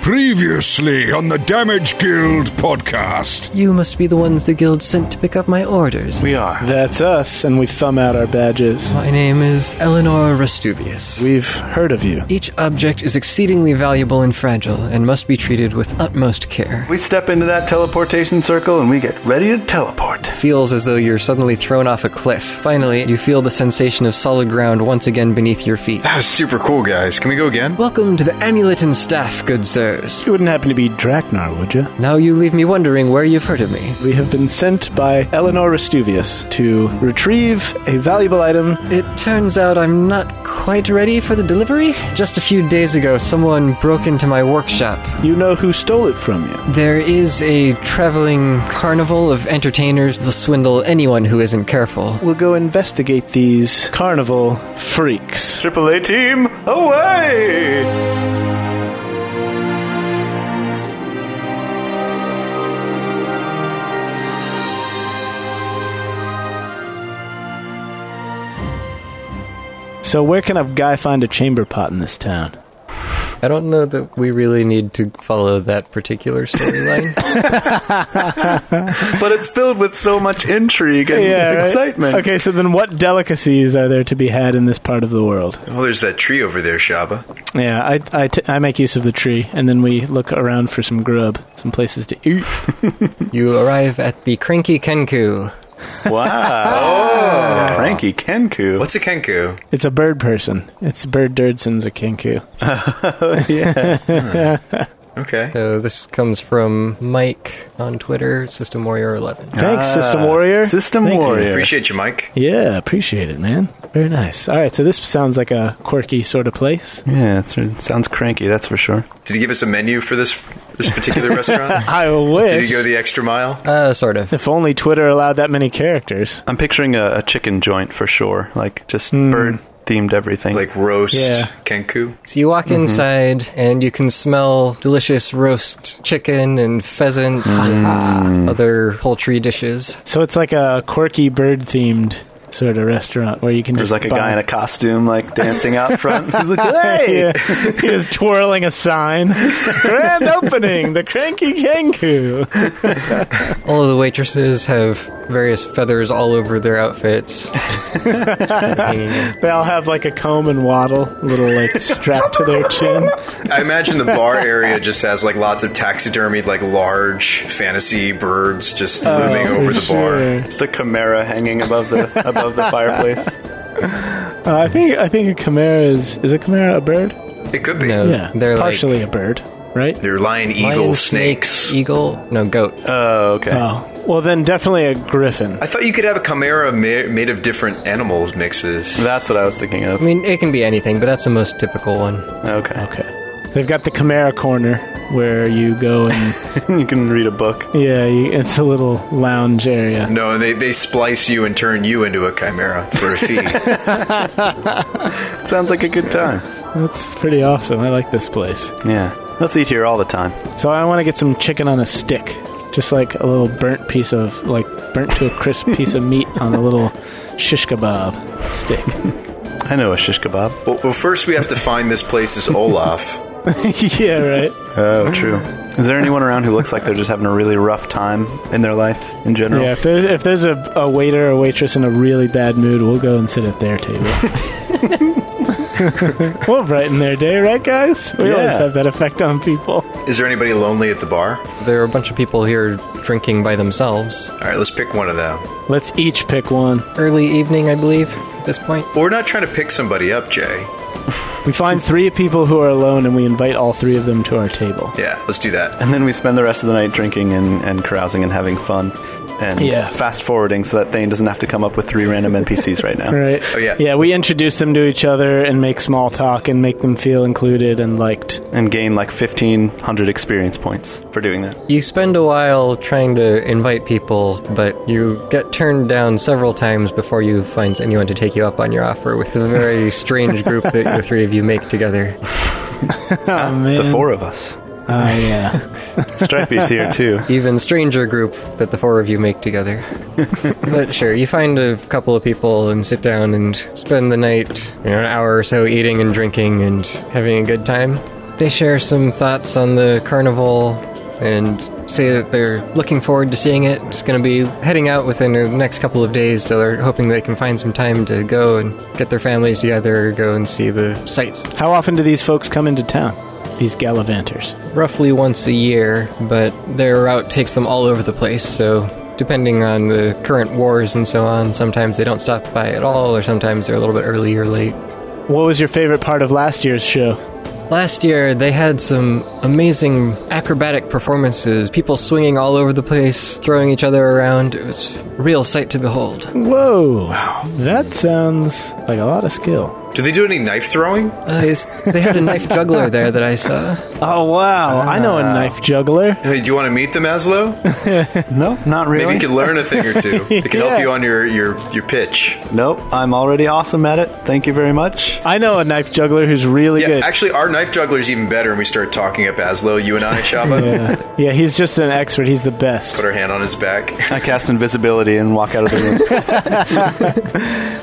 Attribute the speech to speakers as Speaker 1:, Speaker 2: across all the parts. Speaker 1: Previously on the Damage Guild podcast.
Speaker 2: You must be the ones the guild sent to pick up my orders.
Speaker 3: We are.
Speaker 4: That's us, and we thumb out our badges.
Speaker 2: My name is Eleanor Restuvius.
Speaker 4: We've heard of you.
Speaker 2: Each object is exceedingly valuable and fragile and must be treated with utmost care.
Speaker 3: We step into that teleportation circle and we get ready to teleport.
Speaker 2: feels as though you're suddenly thrown off a cliff. Finally, you feel the sensation of solid ground once again beneath your feet.
Speaker 5: That was Ah, super cool, guys. Can we go again?
Speaker 2: Welcome to the amulet and staff, good sirs.
Speaker 4: You wouldn't happen to be Draknar, would you?
Speaker 2: Now you leave me wondering where you've heard of me.
Speaker 4: We have been sent by Eleanor Restuvius to retrieve a valuable item.
Speaker 2: It turns out I'm not quite ready for the delivery. Just a few days ago, someone broke into my workshop
Speaker 4: You know who stole it from you.
Speaker 2: There is a traveling carnival of entertainers that'll swindle anyone who isn't careful.
Speaker 4: We'll go investigate these carnival freaks.
Speaker 3: AAA team, away!
Speaker 4: So, where can a guy find a chamber pot in this town?
Speaker 2: I don't know that we really need to follow that particular storyline.
Speaker 3: But it's filled with so much intrigue and excitement.
Speaker 4: Okay, so then what delicacies are there to be had in this part of the world?
Speaker 5: Well, Oh, there's that tree over there, Shaba.
Speaker 4: Yeah, I, I, t- I make use of the tree, and then we look around for some grub, some places to eat.
Speaker 2: you arrive at the Cranky Kenku.
Speaker 3: Wow. Cranky Kenku.
Speaker 5: What's a kenku?
Speaker 4: It's a bird person. It's Bird Dirdson's a Kenku.
Speaker 5: Okay.
Speaker 2: So this comes from Mike on Twitter, System Warrior 11.
Speaker 4: Thanks, System Warrior.
Speaker 3: Ah, System
Speaker 4: Thank you.
Speaker 3: Warrior.
Speaker 5: Appreciate you, Mike.
Speaker 4: Yeah, appreciate it, man. Very nice. All right, so this sounds like a quirky sort of place.
Speaker 3: Yeah, that's, it sounds cranky, that's for sure.
Speaker 5: Did he give us a menu for this this particular restaurant?
Speaker 4: I
Speaker 5: Did
Speaker 4: wish.
Speaker 5: he go the extra mile?
Speaker 2: Uh, sort of.
Speaker 4: if only Twitter allowed that many characters.
Speaker 3: I'm picturing a, a chicken joint for sure. Like, just bird themed everything.
Speaker 5: Like roast
Speaker 4: Yeah.
Speaker 5: kenku?
Speaker 2: So you walk inside and you can smell delicious roast chicken and pheasant and other poultry dishes.
Speaker 4: So it's like a quirky bird themed sort of restaurant where you can
Speaker 3: There's
Speaker 4: just
Speaker 3: like a guy in a costume, like dancing out front. He's like,
Speaker 4: Hey!
Speaker 3: hey!
Speaker 4: he is twirling a sign. Grand opening, the Cranky Kenku.
Speaker 2: All of the waitresses have various feathers all over their outfits. Hanging in.
Speaker 4: They all have like a comb and waddle, a little like strapped to their chin.
Speaker 5: I imagine the bar area just has like lots of taxidermied, like large fantasy birds just looming over
Speaker 4: For
Speaker 5: the
Speaker 4: sure.
Speaker 5: bar.
Speaker 3: Just a chimera hanging above the above the fireplace.
Speaker 4: Uh, I think I think a chimera is is a chimera a bird?
Speaker 5: It could be.
Speaker 2: No,
Speaker 4: Yeah,
Speaker 2: they're
Speaker 4: partially a bird, right?
Speaker 5: They're lion, eagle,
Speaker 2: like lion, e- snake,
Speaker 5: snakes. Uh,
Speaker 2: eagle, no goat.
Speaker 3: Oh, okay.
Speaker 4: Oh, well then definitely a griffin.
Speaker 5: I thought you could have a chimera ma- made of different animals mixes.
Speaker 3: That's what I was thinking of.
Speaker 2: I mean, it can be anything, but that's the most typical one.
Speaker 3: Okay.
Speaker 4: Okay, they've got the chimera corner where you go and
Speaker 3: you can read a book.
Speaker 4: yeah, you, it's a little lounge area.
Speaker 5: No, they, they splice you and turn you into a chimera for a fee.
Speaker 3: Sounds like a good time.
Speaker 4: That's pretty awesome. I like this place.
Speaker 3: Yeah. Let's eat here all the time.
Speaker 4: So I want to get some chicken on a stick, just like a little burnt piece of like burnt to a crisp piece of meat on a little shish kebab stick.
Speaker 3: I know a shish kebab.
Speaker 5: Well, well, first we have to find this place is Olaf.
Speaker 4: yeah, right.
Speaker 3: Oh, true. Is there anyone around who looks like they're just having a really rough time in their life in general?
Speaker 4: Yeah, if there's, if there's a, a waiter or waitress in a really bad mood, we'll go and sit at their table. we'll brighten their day, right, guys? We always
Speaker 3: Yeah.
Speaker 4: have that effect on people.
Speaker 5: is there anybody lonely at the bar?
Speaker 2: There are a bunch of people here drinking by themselves.
Speaker 5: All right, let's pick one of them.
Speaker 4: Let's each pick one.
Speaker 2: Early evening, I believe, at this point.
Speaker 5: Well, we're not trying to pick somebody up, Jay.
Speaker 4: We find three people who are alone, and we invite all three of them to our table.
Speaker 5: Yeah, let's do that.
Speaker 3: And then we spend the rest of the night drinking and, and carousing and having fun. And
Speaker 4: Yeah.
Speaker 3: fast forwarding so that Thane doesn't have to come up with three random NPCs right now.
Speaker 4: Right?
Speaker 5: Oh, yeah.
Speaker 4: Yeah, we introduce them to each other and make small talk and make them feel included and liked.
Speaker 3: And gain like 1,500 experience points for doing that.
Speaker 2: You spend a while trying to invite people, but you get turned down several times before you finds anyone to take you up on your offer with the very strange group that the three of you make together.
Speaker 4: Oh, man.
Speaker 3: The four of us.
Speaker 4: Oh, yeah.
Speaker 3: Stripey's here too.
Speaker 2: even stranger group that the four of you make together. but sure, you find a couple of people and sit down and spend the night, you know, an hour or so eating and drinking and having a good time. They share some thoughts on the carnival and say that they're looking forward to seeing it. It's going to be heading out within the next couple of days, so they're hoping they can find some time to go and get their families together, go and see the sights.
Speaker 4: How often do these folks come into town? These gallivanters.
Speaker 2: Roughly once a year, but their route takes them all over the place, so depending on the current wars and so on, sometimes they don't stop by at all, or sometimes they're a little bit early or late.
Speaker 4: What was your favorite part of last year's show?
Speaker 2: Last year, they had some amazing acrobatic performances. People swinging all over the place, throwing each other around. It was a real sight to behold.
Speaker 4: Whoa! Wow. That sounds like a lot of skill.
Speaker 5: Do they do any knife throwing?
Speaker 2: Uh, they- they had a knife juggler there that I saw.
Speaker 4: Oh, wow. I know a knife juggler.
Speaker 5: Hey, do you want to meet them, Maslow?
Speaker 3: No, not
Speaker 5: Maybe
Speaker 3: really.
Speaker 5: you could learn a thing or two. It can
Speaker 4: Yeah.
Speaker 5: help you on your, your, your pitch.
Speaker 3: Nope, I'm already awesome at it. Thank you very much.
Speaker 4: I know a knife juggler who's really
Speaker 5: Yeah,
Speaker 4: good.
Speaker 5: actually, our knife juggler's even better, and we start talking at Baslo, you and I, Shaba.
Speaker 4: yeah. yeah, he's just an expert. He's the best.
Speaker 5: Put our hand on his back.
Speaker 3: I cast invisibility and walk out of the room.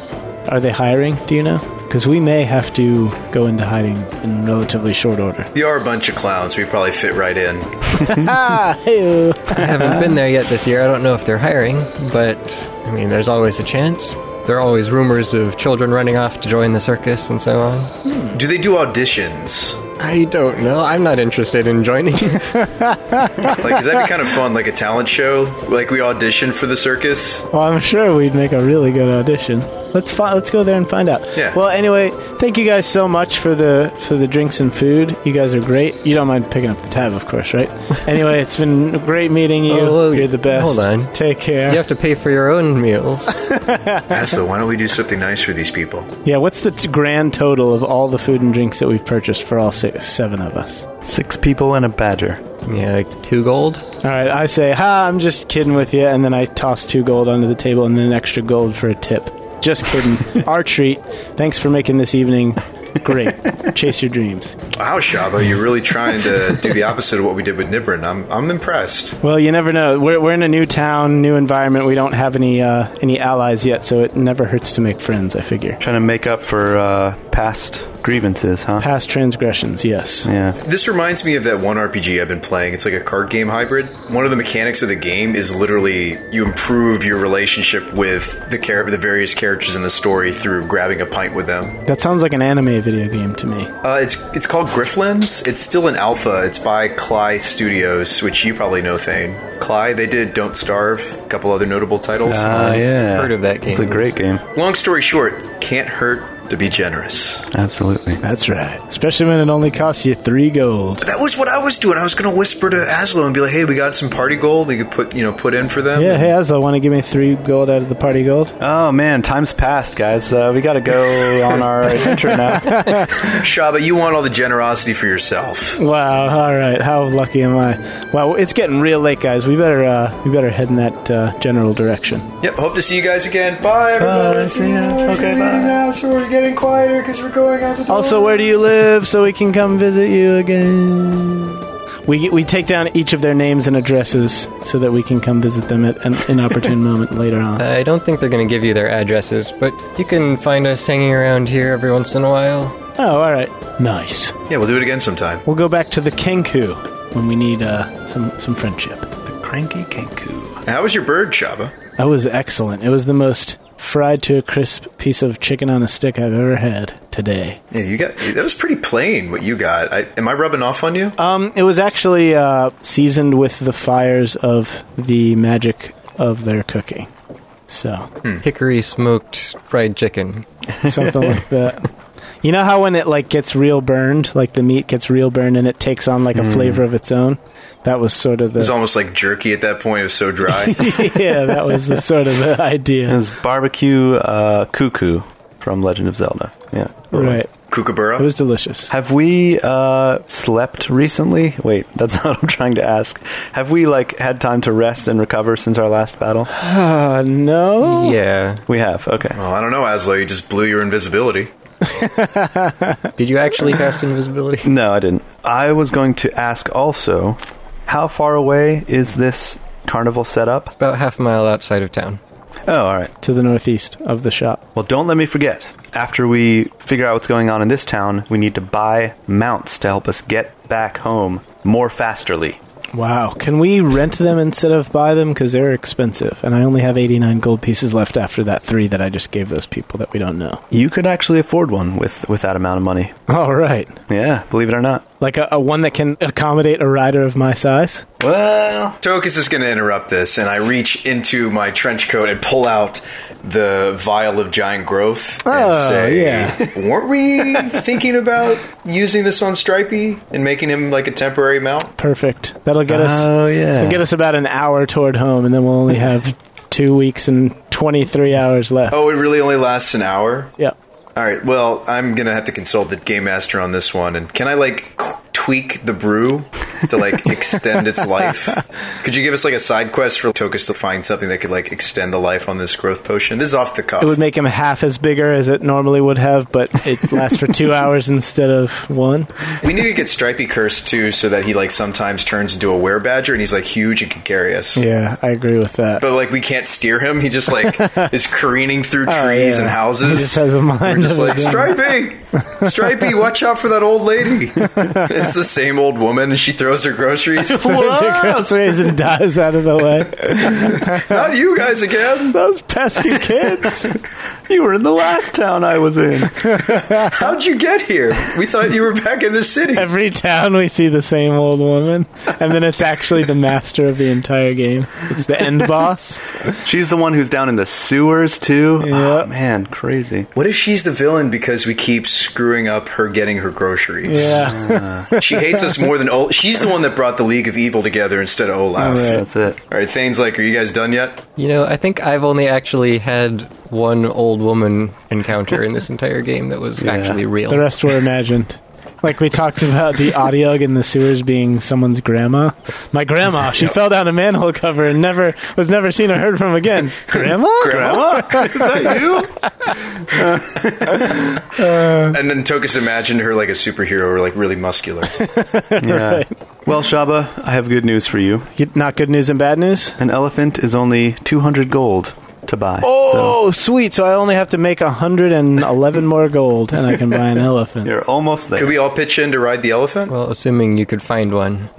Speaker 4: Are they hiring? Do you know? Because we may have to go into hiding in relatively short order.
Speaker 5: You are a bunch of clowns. We probably fit right in.
Speaker 4: Ah, hey
Speaker 2: I haven't been there yet this year. I don't know if they're hiring, but I mean, there's always a chance. There are always rumors of children running off to join the circus and so on.
Speaker 5: Do they do auditions?
Speaker 2: I don't know. I'm not interested in joining.
Speaker 5: Like, does that be kind of fun? Like a talent show? Like we audition for the circus?
Speaker 4: Well, Oh, I'm sure we'd make a really good audition. Let's fi- let's go there and find out.
Speaker 5: Yeah.
Speaker 4: Well, anyway, thank you guys so much for the for the drinks and food. You guys are great. You don't mind picking up the tab, of course, right? anyway, it's been great meeting you.
Speaker 2: Oh, well,
Speaker 4: You're the best.
Speaker 2: hold on.
Speaker 4: Take care.
Speaker 2: you have to pay for your own meals.
Speaker 5: Aslo, why don't we do something nice for these people?
Speaker 4: Yeah. What's the t- grand total of all the food and drinks that we've purchased for all six, seven of us?
Speaker 3: Six people and a badger.
Speaker 2: Yeah, like two gold.
Speaker 4: All right. I say, ha! I'm just kidding with you, and then I toss two gold onto the table, and then an extra gold for a tip. Just kidding. Our treat. Thanks for making this evening great. Chase your dreams.
Speaker 5: Wow, Shaba, you're really trying to do the opposite of what we did with Nibrin. I'm, I'm impressed.
Speaker 4: Well, you never know. We're, we're in a new town, new environment. We don't have any uh, any allies yet, so it never hurts to make friends. I figure.
Speaker 3: Trying to make up for uh, past grievances, huh?
Speaker 4: Past transgressions, yes.
Speaker 3: yeah.
Speaker 5: This reminds me of that one RPG I've been playing. It's like a card game hybrid. One of the mechanics of the game is literally you improve your relationship with the char- the various characters in the story through grabbing a pint with them.
Speaker 4: That sounds like an anime video game to me.
Speaker 5: Uh, it's it's called Grifflands. It's still an alpha. It's by Cly Studios, which you probably know, Thane. Cly, they did Don't Starve, a couple other notable titles.
Speaker 3: Ah, yeah.
Speaker 2: Heard of that game.
Speaker 3: It's a great game.
Speaker 5: Long story short, can't hurt to be generous.
Speaker 3: Absolutely.
Speaker 4: That's right. Especially when it only costs you three gold.
Speaker 5: That was what I was doing. I was going to whisper to Aslo and be like, "Hey, we got some party gold. We could put you know put in for them."
Speaker 4: Yeah, hey, Asla, want to give me three gold out of the party gold?
Speaker 3: Oh man, time's passed, guys. Uh, we got to go on our adventure now.
Speaker 5: Shaba, you want all the generosity for yourself.
Speaker 4: Wow, all right. How lucky am I? Wow, it's getting real late, guys. We better uh, we better head in that uh, general direction.
Speaker 5: Yep, hope to see you guys again. Bye, everybody.
Speaker 3: Bye, see ya. Okay, bye.
Speaker 5: Now, so we're getting quieter because we're going out the door.
Speaker 4: Also, where do you live so we can come visit you again? We, we take down each of their names and addresses so that we can come visit them at an inopportune moment later on.
Speaker 2: I don't think they're going to give you their addresses, but you can find us hanging around here every once in a while.
Speaker 4: Oh, all right. Nice.
Speaker 5: yeah, we'll do it again sometime.
Speaker 4: We'll go back to the Kenku when we need uh, some, some friendship.
Speaker 3: the cranky Kenku.
Speaker 5: How was your bird, Shaba?
Speaker 4: That was excellent. It was the most fried to a crisp piece of chicken on a stick I've ever had today.
Speaker 5: Yeah, you got that was pretty plain. What you got? I, am I rubbing off on you?
Speaker 4: Um, it was actually uh, seasoned with the fires of the magic of their cooking. So
Speaker 2: Hickory smoked fried chicken.
Speaker 4: something like that. You know how when it like gets real burned, like the meat gets real burned and it takes on like a flavor of its own. That was sort of
Speaker 5: It was
Speaker 4: the
Speaker 5: almost like jerky at that point. It was so dry.
Speaker 4: yeah, that was the sort of the
Speaker 3: It
Speaker 4: idea,
Speaker 3: was barbecue uh, cuckoo from Legend of Zelda. Yeah.
Speaker 4: right?
Speaker 5: Kookaburra.
Speaker 4: It was delicious.
Speaker 3: Have we uh, slept recently? Wait, that's not what I'm trying to ask. Have we like had time to rest and recover since our last battle?
Speaker 4: Uh, no,
Speaker 2: Yeah.
Speaker 3: We have. Okay.
Speaker 5: well, Oh, I don't know, Aslo. You just blew your invisibility.
Speaker 2: Did you actually cast invisibility?
Speaker 3: No, I didn't. I was going to ask also, how far away is this carnival setup?
Speaker 2: About half a mile outside of town.
Speaker 3: Oh, all right.
Speaker 4: to the northeast of the shop.
Speaker 3: Well, don't let me forget. after we figure out what's going on in this town, we need to buy mounts to help us get back home more fasterly.
Speaker 4: Wow. Can we rent them instead of buy them? Because they're expensive. And I only have 89 gold pieces left after that three that I just gave those people that we don't know.
Speaker 3: You could actually afford one with, with that amount of money.
Speaker 4: All right.
Speaker 3: Yeah, believe it or not.
Speaker 4: Like a, a one that can accommodate a rider of my size?
Speaker 3: Well,
Speaker 5: Tokus is going to interrupt this, and I reach into my trench coat and pull out the vial of giant growth.
Speaker 4: Oh,
Speaker 5: and say,
Speaker 4: yeah.
Speaker 5: Weren't we thinking about using this on Stripey and making him like a temporary mount?
Speaker 4: Perfect. That'll get us.
Speaker 3: Oh, yeah.
Speaker 4: it'll get us about an hour toward home, and then we'll only have two weeks and 23 hours left.
Speaker 5: Oh, it really only lasts an hour?
Speaker 4: Yeah.
Speaker 5: All right, well, I'm going to have to consult the game master on this one. And can I like qu- tweak the brew to like extend its life? Could you give us like a side quest for Tokus to find something that could like extend the life on this growth potion? This is off the cuff.
Speaker 4: It would make him half as bigger as it normally would have, but it lasts for two hours instead of one.
Speaker 5: We need to get Stripey cursed too, so that he like sometimes turns into a werebadger and he's like huge and can carry us.
Speaker 4: Yeah, I agree with that.
Speaker 5: But like we can't steer him; he just like is careening through trees
Speaker 4: Oh, yeah.
Speaker 5: and houses.
Speaker 4: He just has a mind
Speaker 5: We're just
Speaker 4: of
Speaker 5: like
Speaker 4: his own.
Speaker 5: Stripey, Stripey, watch out for that old lady. it's the same old woman, and she throws her groceries.
Speaker 4: Throws her groceries and dives out of the way.
Speaker 5: Not you guys again!
Speaker 4: Those pesky kids.
Speaker 3: you were in the last town I was in.
Speaker 5: How'd you get here? We thought you were back in the city.
Speaker 4: Every town we see the same old woman, and then it's actually the master of the entire game. It's the end boss.
Speaker 3: She's the one who's down in the sewers, too.
Speaker 4: Yeah.
Speaker 3: Oh, man, crazy.
Speaker 5: What if she's the villain because we keep screwing up her getting her groceries?
Speaker 4: Yeah.
Speaker 5: She hates us more than Olaf. She's the one that brought the League of Evil together instead of Olaf.
Speaker 4: All right.
Speaker 3: That's it.
Speaker 5: All right, Thane's like, are you guys done yet?
Speaker 2: You know, I think I've only actually had one old woman encounter in this entire game that was actually real.
Speaker 4: The rest were imagined. Like we talked about the Adiog in the sewers being someone's grandma. My grandma, she fell down a manhole cover and never was never seen or heard from again. Grandma?
Speaker 5: Grandma? Is that you? and then Tokus imagined her like a superhero or like really muscular.
Speaker 3: Yeah. Well, Shaba, I have good news for you.
Speaker 4: You- Not good news and bad news.
Speaker 3: An elephant is only 200 gold to buy. So
Speaker 4: Oh, sweet! So I only have to make hundred and eleven more gold, and I can buy an elephant.
Speaker 3: you're almost there.
Speaker 5: Could we all pitch in to ride the elephant?
Speaker 2: well, assuming you could find one.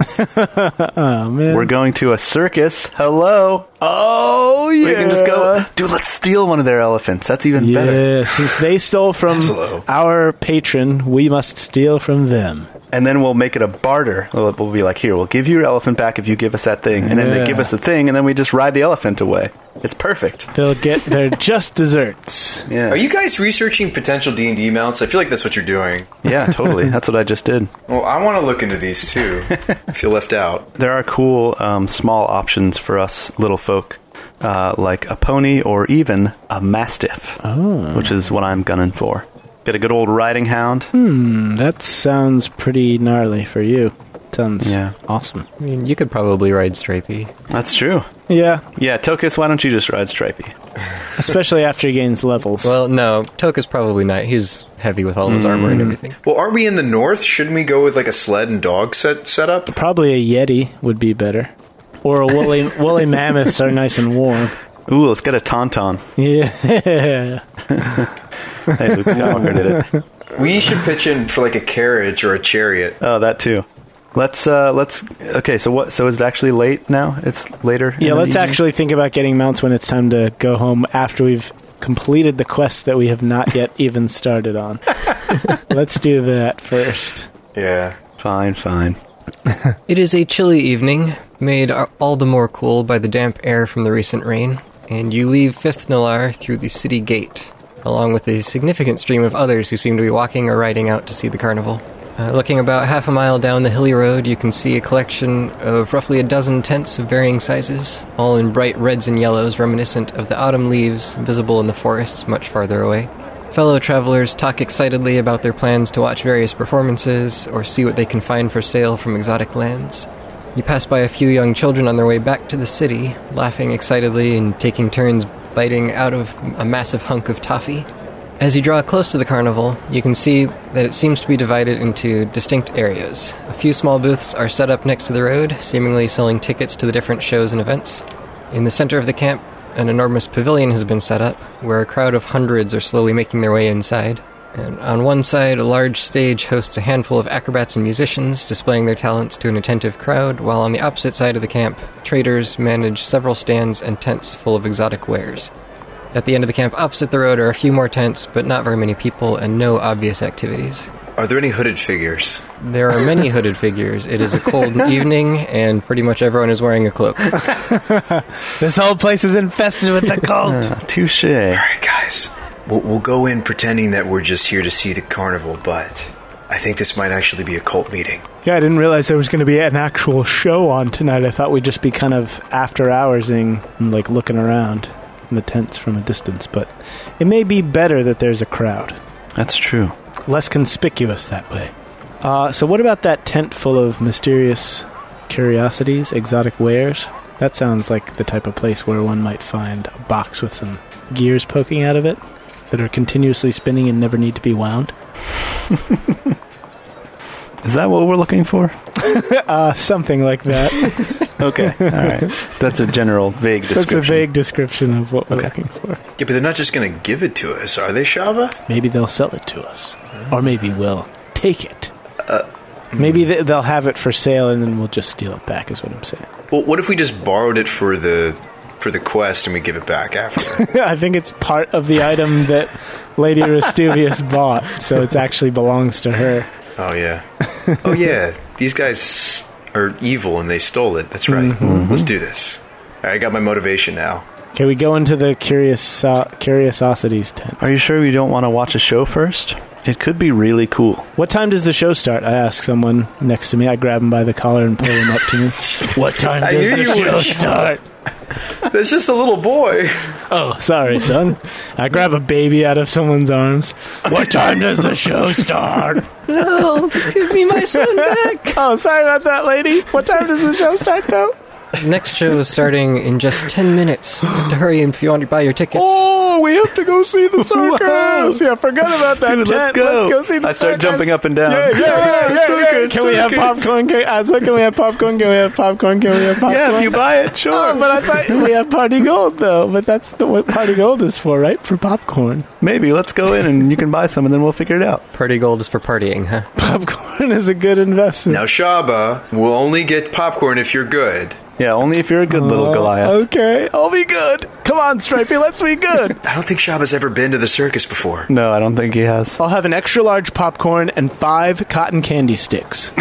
Speaker 3: We're going to a circus. Hello.
Speaker 4: Oh yeah!
Speaker 3: We can just go, dude, let's steal one of their elephants. That's even better.
Speaker 4: Yeah, since they stole from
Speaker 5: Hello.
Speaker 4: our patron, we must steal from them.
Speaker 3: And then we'll make it a barter. We'll, we'll be like, here, we'll give you your elephant back if you give us that thing. And then
Speaker 4: Yeah.
Speaker 3: they give us the thing, and then we just ride the elephant away. It's perfect.
Speaker 4: They'll get their just desserts.
Speaker 3: Yeah.
Speaker 5: Are you guys researching potential D&D mounts? I feel like that's what you're doing.
Speaker 3: yeah, totally. That's what I just did.
Speaker 5: Well, I want to look into these too. I feel left out.
Speaker 3: There are cool um, small options for us little folk, uh, like a pony or even a mastiff,
Speaker 4: Oh.
Speaker 3: which is what I'm gunning for. Get a good old riding hound.
Speaker 4: Hmm. That sounds pretty gnarly for you. Sounds
Speaker 3: Yeah.
Speaker 4: awesome.
Speaker 2: I mean, you could probably ride Stripey.
Speaker 3: That's true.
Speaker 4: Yeah,
Speaker 3: Yeah, Tokus, why don't you just ride Stripey?
Speaker 4: especially after he gains levels.
Speaker 2: Well, no, Toka's probably not. He's heavy with all his
Speaker 4: Mm.
Speaker 2: armor and everything.
Speaker 5: Well, aren't we in the north? Shouldn't we go with like a sled and dog set setup?
Speaker 4: Probably a yeti would be better, or a woolly woolly mammoths are nice and warm.
Speaker 3: Ooh, let's get a tauntaun.
Speaker 4: Yeah,
Speaker 3: Hey, Luke Skywalker did it.
Speaker 5: We should pitch in for like a carriage or a chariot.
Speaker 3: Oh, that too. Let's uh, let's. Okay, so what? So is it actually late now? It's later. in
Speaker 4: yeah.
Speaker 3: the
Speaker 4: Let's
Speaker 3: evening?
Speaker 4: actually think about getting mounts when it's time to go home after we've completed the quest that we have not yet even started on. let's do that first.
Speaker 5: Yeah.
Speaker 3: Fine, fine.
Speaker 2: It is a chilly evening, made a- all the more cool by the damp air from the recent rain, and you leave Fifth Nalar through the city gate, along with a significant stream of others who seem to be walking or riding out to see the carnival. Uh, looking about half a mile down the hilly road, you can see a collection of roughly a dozen tents of varying sizes, all in bright reds and yellows reminiscent of the autumn leaves visible in the forests much farther away. Fellow travelers talk excitedly about their plans to watch various performances or see what they can find for sale from exotic lands. You pass by a few young children on their way back to the city, laughing excitedly and taking turns biting out of a massive hunk of toffee. As you draw close to the carnival, you can see that it seems to be divided into distinct areas. A few small booths are set up next to the road, seemingly selling tickets to the different shows and events. In the center of the camp, an enormous pavilion has been set up, where a crowd of hundreds are slowly making their way inside. And on one side, a large stage hosts a handful of acrobats and musicians, displaying their talents to an attentive crowd, while on the opposite side of the camp, traders manage several stands and tents full of exotic wares. At the end of the camp, opposite the road, are a few more tents, but not very many people and no obvious activities.
Speaker 5: Are there any hooded figures?
Speaker 2: There are many hooded figures. It is a cold evening, and pretty much everyone is wearing a cloak.
Speaker 4: This whole place is infested with the cult.
Speaker 3: Ah, Touche.
Speaker 5: All right, guys, we'll, we'll go in pretending that we're just here to see the carnival, but I think this might actually be a cult meeting.
Speaker 4: yeah, I didn't realize there was going to be an actual show on tonight. I thought we'd just be kind of after hoursing and like looking around in the tents from a distance. But it may be better that there's a crowd,
Speaker 3: That's true.
Speaker 4: less conspicuous that way. Uh, so, what about that tent full of mysterious curiosities, exotic wares? That sounds like the type of place where one might find a box with some gears poking out of it that are continuously spinning and never need to be wound.
Speaker 3: Is that what we're looking for?
Speaker 4: Uh, something like that.
Speaker 3: Okay. All right. That's a general, vague
Speaker 4: That's
Speaker 3: description.
Speaker 4: a vague description of what we're
Speaker 3: Okay.
Speaker 4: looking for.
Speaker 5: Yeah, but they're not just going to give it to us, are they, Shava?
Speaker 4: Maybe they'll sell it to us, or maybe we'll take it.
Speaker 5: Uh, mm.
Speaker 4: Maybe th- they'll have it for sale, and then we'll just steal it back. Is what I'm saying.
Speaker 5: Well, what if we just borrowed it for the for the quest and we give it back after?
Speaker 4: I think it's part of the item that Lady Restuvius bought, so it actually belongs to her.
Speaker 5: oh yeah, oh yeah. These guys are evil and they stole it. That's right.
Speaker 2: Mm-hmm.
Speaker 5: Let's do this. All right, I got my motivation now.
Speaker 4: Okay, we go into the curious uh, curiosities tent.
Speaker 3: Are you sure you don't want to watch a show first? It could be really cool.
Speaker 4: What time does the show start? I ask someone next to me. I grab him by the collar and pull him up to me. What time
Speaker 5: I
Speaker 4: does
Speaker 5: knew
Speaker 4: the
Speaker 5: you
Speaker 4: show
Speaker 5: would.
Speaker 4: start?
Speaker 5: That's just a little boy.
Speaker 4: Oh, sorry, son. I grab a baby out of someone's arms. What time does the show start?
Speaker 2: No, give me my son back.
Speaker 4: Oh, sorry about that, lady. What time does the show start, though?
Speaker 2: Next show is starting in just ten minutes. You have to hurry if you want to buy your tickets.
Speaker 4: Oh, we have to go see the circus. Yeah, forget about that.
Speaker 3: Dude, let's
Speaker 4: tent. Let's
Speaker 3: go.
Speaker 4: go see the
Speaker 3: I start
Speaker 4: circus.
Speaker 3: jumping up and down.
Speaker 4: Yeah, yeah, yeah, yeah,
Speaker 3: Circus,
Speaker 4: yeah. Can we have
Speaker 3: circus.
Speaker 4: popcorn? Can, I said, can we have popcorn? Can we have popcorn? Can we have popcorn?
Speaker 3: Yeah, if you buy it, sure.
Speaker 4: Oh, but I thought we have party gold though. But that's the, what party gold is for, right? For popcorn.
Speaker 3: Maybe let's go in and you can buy some, and then we'll figure it out.
Speaker 2: Party gold is for partying, huh?
Speaker 4: Popcorn is a good investment.
Speaker 5: Now, Shaba will only get popcorn if you're good.
Speaker 3: Yeah, only if you're a good
Speaker 4: Uh,
Speaker 3: little Goliath.
Speaker 4: Oh, Okay, I'll be good. Come on, Stripey, let's be good.
Speaker 5: I don't think Shaba's ever been to the circus before.
Speaker 3: No, I don't think he has.
Speaker 4: I'll have an extra large popcorn and five cotton candy sticks.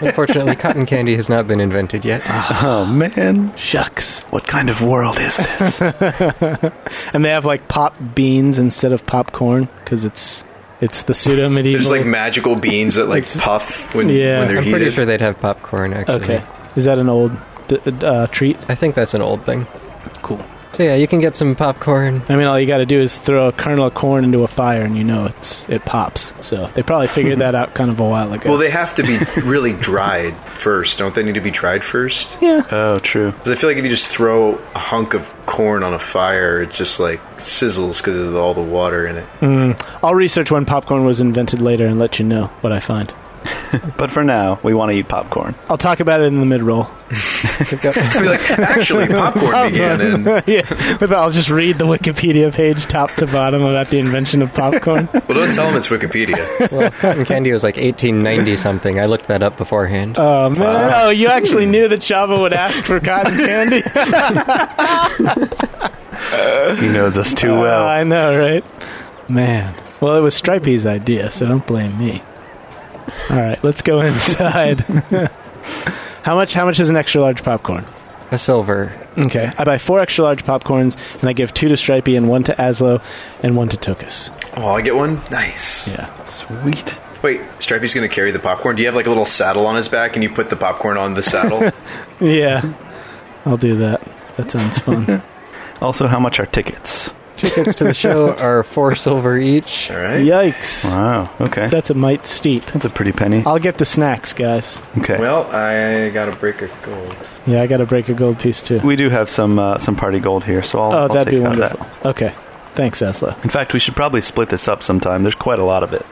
Speaker 2: Unfortunately, cotton candy has not been invented yet.
Speaker 3: Oh man,
Speaker 4: Shucks.
Speaker 3: what kind of world is this?
Speaker 4: And they have like pop beans instead of popcorn because it's it's the pseudo medieval.
Speaker 5: There's like magical beans that like puff when,
Speaker 4: Yeah.
Speaker 5: when they're
Speaker 2: I'm pretty
Speaker 5: heated.
Speaker 2: sure they'd have popcorn. Actually,
Speaker 4: okay, is that an old d- uh, treat?
Speaker 2: I think that's an old thing.
Speaker 4: Cool.
Speaker 2: So yeah, you can get some popcorn.
Speaker 4: I mean, all you got to do is throw a kernel of corn into a fire, and you know it's it pops. So they probably figured that out kind of a while ago.
Speaker 5: Well, they have to be really dried first. Don't they need to be dried first?
Speaker 4: yeah,
Speaker 3: oh, true.
Speaker 5: Because I feel like if you just throw a hunk of corn on a fire, it just like sizzles because of all the water in it.
Speaker 4: I'll research when popcorn was invented later and let you know what I find.
Speaker 3: But for now, we want to eat popcorn.
Speaker 4: I'll talk about it in the mid roll. Oh,
Speaker 5: I'd be like, actually, popcorn began in.
Speaker 4: yeah, but I'll just read the Wikipedia page top to bottom about the invention of popcorn.
Speaker 5: Well, don't tell them it's Wikipedia.
Speaker 2: Well, cotton candy was like 1890 something. I looked that up beforehand.
Speaker 4: Oh man! Oh, you actually knew that Chava would ask for cotton candy.
Speaker 3: He knows us too
Speaker 4: Uh,
Speaker 3: well.
Speaker 4: I know, right? Man. Well, it was Stripey's idea, so don't blame me. All right, let's go inside. how much? How much is an extra large popcorn?
Speaker 2: A silver.
Speaker 4: Okay, I buy four extra large popcorns, and I give two to Stripey and one to Aslo, and one to Tokus.
Speaker 5: Oh, I get one? Nice.
Speaker 4: Yeah.
Speaker 3: Sweet.
Speaker 5: Wait, Stripey's going to carry the popcorn. Do you have like a little saddle on his back and you put the popcorn on the saddle?
Speaker 4: Yeah. I'll do that. That sounds fun.
Speaker 3: Also, how much are tickets?
Speaker 2: Tickets to the show are four silver each.
Speaker 5: all right.
Speaker 4: Yikes.
Speaker 3: Wow. Oh, Okay.
Speaker 4: That's a mite steep.
Speaker 3: That's a pretty penny.
Speaker 4: I'll get the snacks, guys.
Speaker 3: Okay.
Speaker 5: Well, I got to break a gold.
Speaker 4: Yeah, I got to break a gold piece too.
Speaker 3: we do have some uh, some party gold here, so I'll,
Speaker 4: Oh,
Speaker 3: I'll
Speaker 4: that'd
Speaker 3: take
Speaker 4: be
Speaker 3: out
Speaker 4: wonderful.
Speaker 3: that.
Speaker 4: Okay. Thanks, Aslo.
Speaker 3: In fact, we should probably split this up sometime. There's quite a lot of it.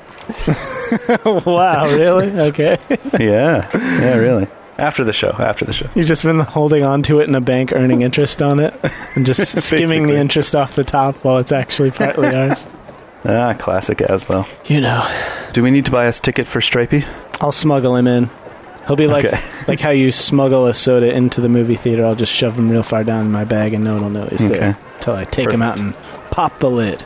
Speaker 4: wow, really? Okay.
Speaker 3: yeah. Yeah. Really. After the show, after the show.
Speaker 4: You've just been holding on to it in a bank, earning interest on it, and just skimming
Speaker 3: Basically.
Speaker 4: the interest off the top while it's actually partly ours.
Speaker 3: Ah, classic Aslo.
Speaker 4: You know,
Speaker 3: Do we need to buy us ticket for Stripey?
Speaker 4: I'll smuggle him in. He'll be like
Speaker 3: Okay.
Speaker 4: like how you smuggle a soda into the movie theater. I'll just shove him real far down in my bag, and no one will know he's
Speaker 3: Okay.
Speaker 4: there until I take him out and pop the lid.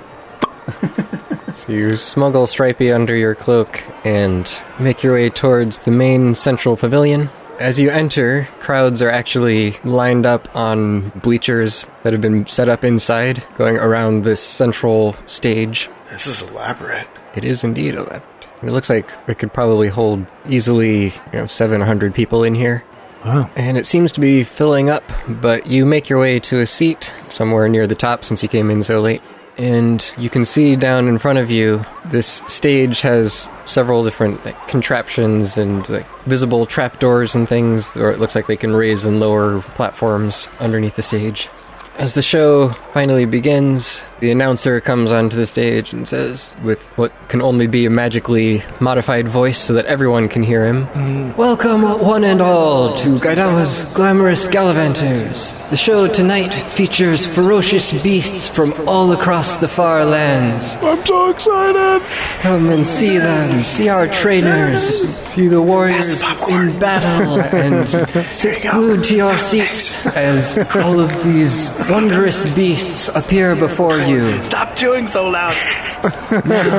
Speaker 2: So you smuggle Stripey under your cloak and make your way towards the main central pavilion. As you enter, crowds are actually lined up on bleachers that have been set up inside, going around this central stage.
Speaker 5: This is elaborate.
Speaker 2: It is indeed a lab. It looks like it could probably hold easily, you know, 700 people in here.
Speaker 4: Wow.
Speaker 2: And it seems to be filling up, but you make your way to a seat somewhere near the top since you came in so late. And you can see down in front of you, this stage has several different like, contraptions and like, visible trapdoors and things, or it looks like they can raise and lower platforms underneath the stage. As the show finally begins, the announcer comes onto the stage and says, with what can only be a magically modified voice so that everyone can hear him, Welcome, one and all, to Gaidawa's Glamorous Gallivanters. The show tonight features ferocious beasts from all across the far lands.
Speaker 4: I'm so excited.
Speaker 2: Come and see them, see our trainers, see the warriors in battle, and sit glued to your seats as all of these wondrous beasts appear before you.
Speaker 3: Stop chewing so loud.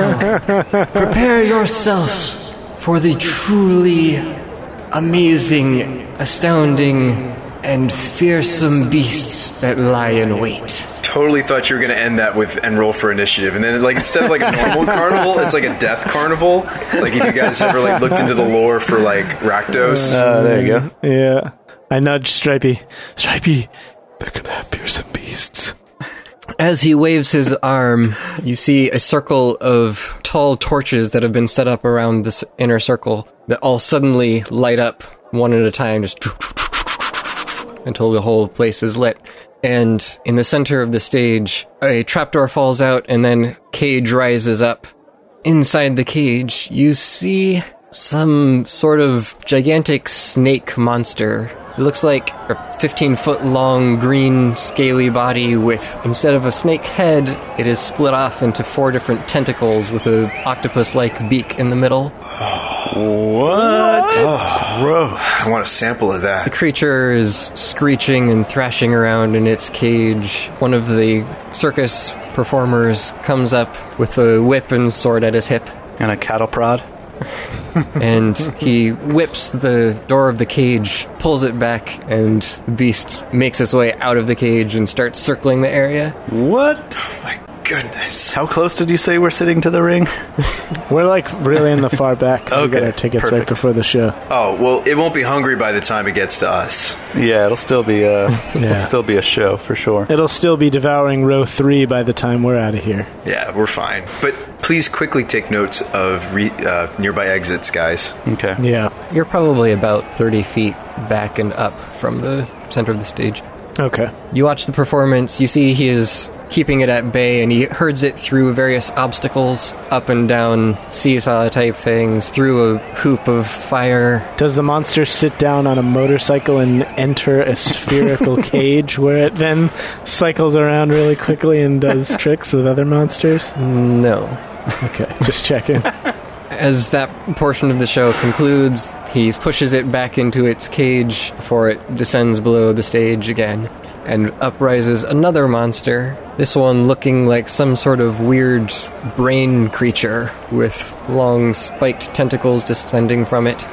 Speaker 2: Prepare yourself for the truly amazing, astounding, and fearsome beasts that lie in wait.
Speaker 5: Totally thought you were going to end that with and roll for initiative, and then like instead of like a normal carnival, it's like a death carnival. Like if you guys ever like looked into the lore for like Rakdos,
Speaker 3: Uh, there you go.
Speaker 4: Yeah. I nudge Stripey. Stripey, they're gonna have fearsome beasts.
Speaker 2: As he waves his arm, you see a circle of tall torches that have been set up around this inner circle that all suddenly light up one at a time, just until the whole place is lit. And in the center of the stage, a trapdoor falls out and then cage rises up. Inside the cage, you see some sort of gigantic snake monster. It looks like a 15 foot long green scaly body with, instead of a snake head, it is split off into four different tentacles with a octopus like beak in the middle.
Speaker 3: What? gross.
Speaker 5: I want a sample of that.
Speaker 2: creature is screeching and thrashing around in its cage. One of the circus performers comes up with a whip and sword at his hip,
Speaker 3: And a cattle prod?
Speaker 2: and he whips the door of the cage, pulls it back, and the beast makes its way out of the cage and starts circling the area.
Speaker 3: What?
Speaker 5: Oh my goodness.
Speaker 3: How close did you say we're sitting to the ring?
Speaker 4: We're like really in the far back. 'cause We got
Speaker 3: Okay,
Speaker 4: our tickets right
Speaker 3: perfect.
Speaker 4: before the show.
Speaker 5: Oh well, it won't be hungry by the time it gets to us.
Speaker 3: Yeah, it'll still be a
Speaker 4: Yeah.
Speaker 3: it'll still be a show for sure.
Speaker 4: It'll still be devouring row three by the time we're out of here.
Speaker 5: Yeah, we're fine. But please quickly take notes of re- uh, nearby exits, guys.
Speaker 3: Okay.
Speaker 4: Yeah.
Speaker 2: You're probably about 30 feet back and up from the center of the stage.
Speaker 4: Okay.
Speaker 2: You watch the performance, you see he is keeping it at bay and he herds it through various obstacles, up and down seesaw type things, through a hoop of fire.
Speaker 4: Does the monster sit down on a motorcycle and enter a spherical cage where it then cycles around really quickly and does tricks with other monsters?
Speaker 2: No.
Speaker 4: Okay, just checking.
Speaker 2: As that portion of the show concludes, he pushes it back into its cage before it descends below the stage again, and uprises another monster. This one looking like some sort of weird brain creature with long spiked tentacles descending from it.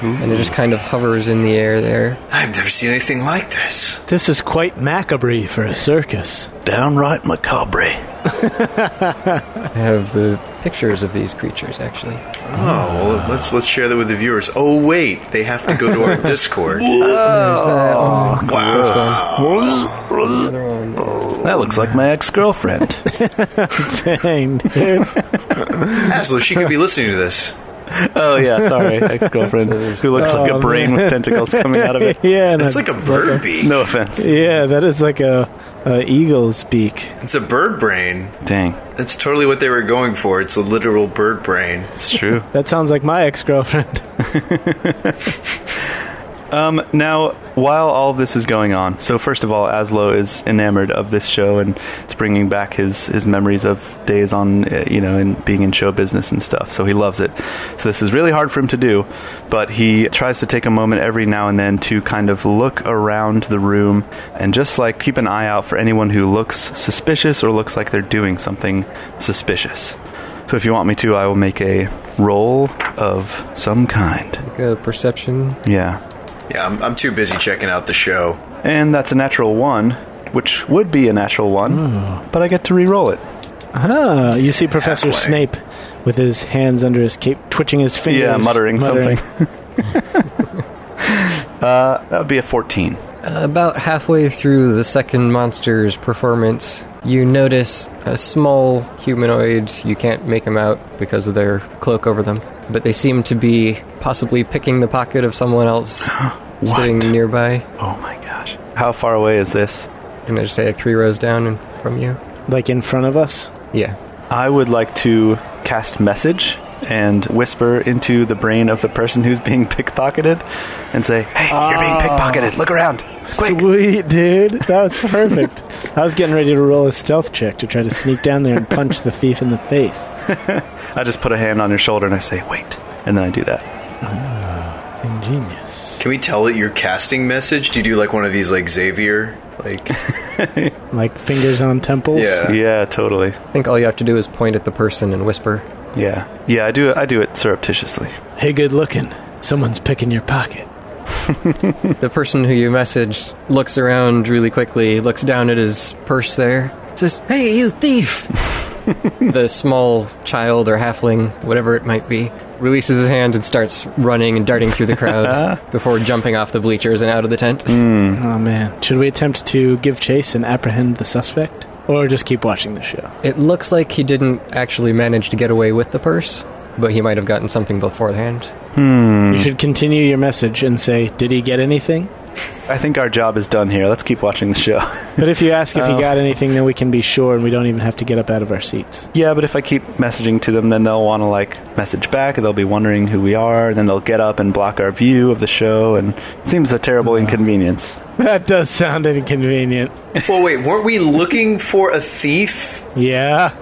Speaker 2: And it just kind of hovers in the air there.
Speaker 5: I've never seen anything like this.
Speaker 4: This is quite macabre for a circus.
Speaker 3: Downright macabre.
Speaker 2: I have the pictures of these creatures actually.
Speaker 5: Oh, well, let's let's share that with the viewers. Oh wait, they have to go to our Discord. wow.
Speaker 2: Another one.
Speaker 3: That looks like my ex-girlfriend.
Speaker 4: Dang, dude.
Speaker 5: Aslo, she could be listening to this.
Speaker 3: oh yeah, sorry, ex-girlfriend who looks like a brain with tentacles coming out of it.
Speaker 4: yeah, and
Speaker 5: It's
Speaker 4: a-
Speaker 5: like a bird beak.
Speaker 3: No offense.
Speaker 4: yeah, that is like a, a eagle's beak.
Speaker 5: It's a bird brain.
Speaker 3: Dang,
Speaker 5: That's totally what they were going for. It's a literal bird brain.
Speaker 3: it's true.
Speaker 4: That sounds like my ex girlfriend.
Speaker 3: Um, now, while all of this is going on, so first of all, Aslo is enamored of this show and it's bringing back his, his memories of days on, uh, you know, and being in show business and stuff. So he loves it. So this is really hard for him to do, but he tries to take a moment every now and then to kind of look around the room and just like keep an eye out for anyone who looks suspicious or looks like they're doing something suspicious. So if you want me to, I will make a roll of some kind.
Speaker 2: Like a perception.
Speaker 3: Yeah.
Speaker 5: Yeah, I'm, I'm too busy checking out the show.
Speaker 3: And that's a natural one, which would be a natural one, but I get to re-roll it.
Speaker 4: Ah, you see Professor
Speaker 5: Halfway.
Speaker 4: Snape with his hands under his cape, twitching his fingers.
Speaker 3: Yeah, muttering something. uh, that would be a 14.
Speaker 2: About halfway through the second monster's performance, you notice a small humanoid. You can't make them out because of their cloak over them, but they seem to be possibly picking the pocket of someone else sitting nearby.
Speaker 3: Oh my gosh. How far away is this?
Speaker 2: And I just say like three rows down and from you.
Speaker 4: Like in front of us?
Speaker 2: Yeah.
Speaker 3: I would like to cast message and whisper into the brain of the person who's being pickpocketed and say, Hey, you're being pickpocketed. Look around. Quick.
Speaker 4: Sweet, dude. That was perfect. I was getting ready to roll a stealth check to try to sneak down there and punch the thief in the face.
Speaker 3: I just put a hand on your shoulder and I say, Wait. And then I do that.
Speaker 4: Ingenious.
Speaker 5: Can we tell that you're casting message? Do you do like one of these like Xavier? Like
Speaker 4: Like fingers on temples?
Speaker 5: Yeah.
Speaker 3: Yeah, totally.
Speaker 2: I think all you have to do is point at the person and whisper.
Speaker 3: Yeah. Yeah, I do I do it surreptitiously.
Speaker 4: Hey, good looking. Someone's picking your pocket.
Speaker 2: The person who you messaged looks around really quickly, looks down at his purse there, says, Hey, you thief! the small child or halfling, whatever it might be, releases his hand and starts running and darting through the crowd before jumping off the bleachers and out of the tent.
Speaker 4: Oh, man. Should we attempt to give chase and apprehend the suspect? Or just keep watching the show?
Speaker 2: It looks like he didn't actually manage to get away with the purse, but he might have gotten something beforehand.
Speaker 4: You should continue your message and say, Did he get anything?
Speaker 3: I think our job is done here. Let's keep watching the show.
Speaker 4: But if you ask if he got anything, then we can be sure and we don't even have to get up out of our seats.
Speaker 3: Yeah, but if I keep messaging to them, then they'll want to like message back, and they'll be wondering who we are, and then they'll get up and block our view of the show, and it seems a terrible inconvenience.
Speaker 4: That does sound inconvenient.
Speaker 5: Well wait, weren't we looking for a thief?
Speaker 4: Yeah,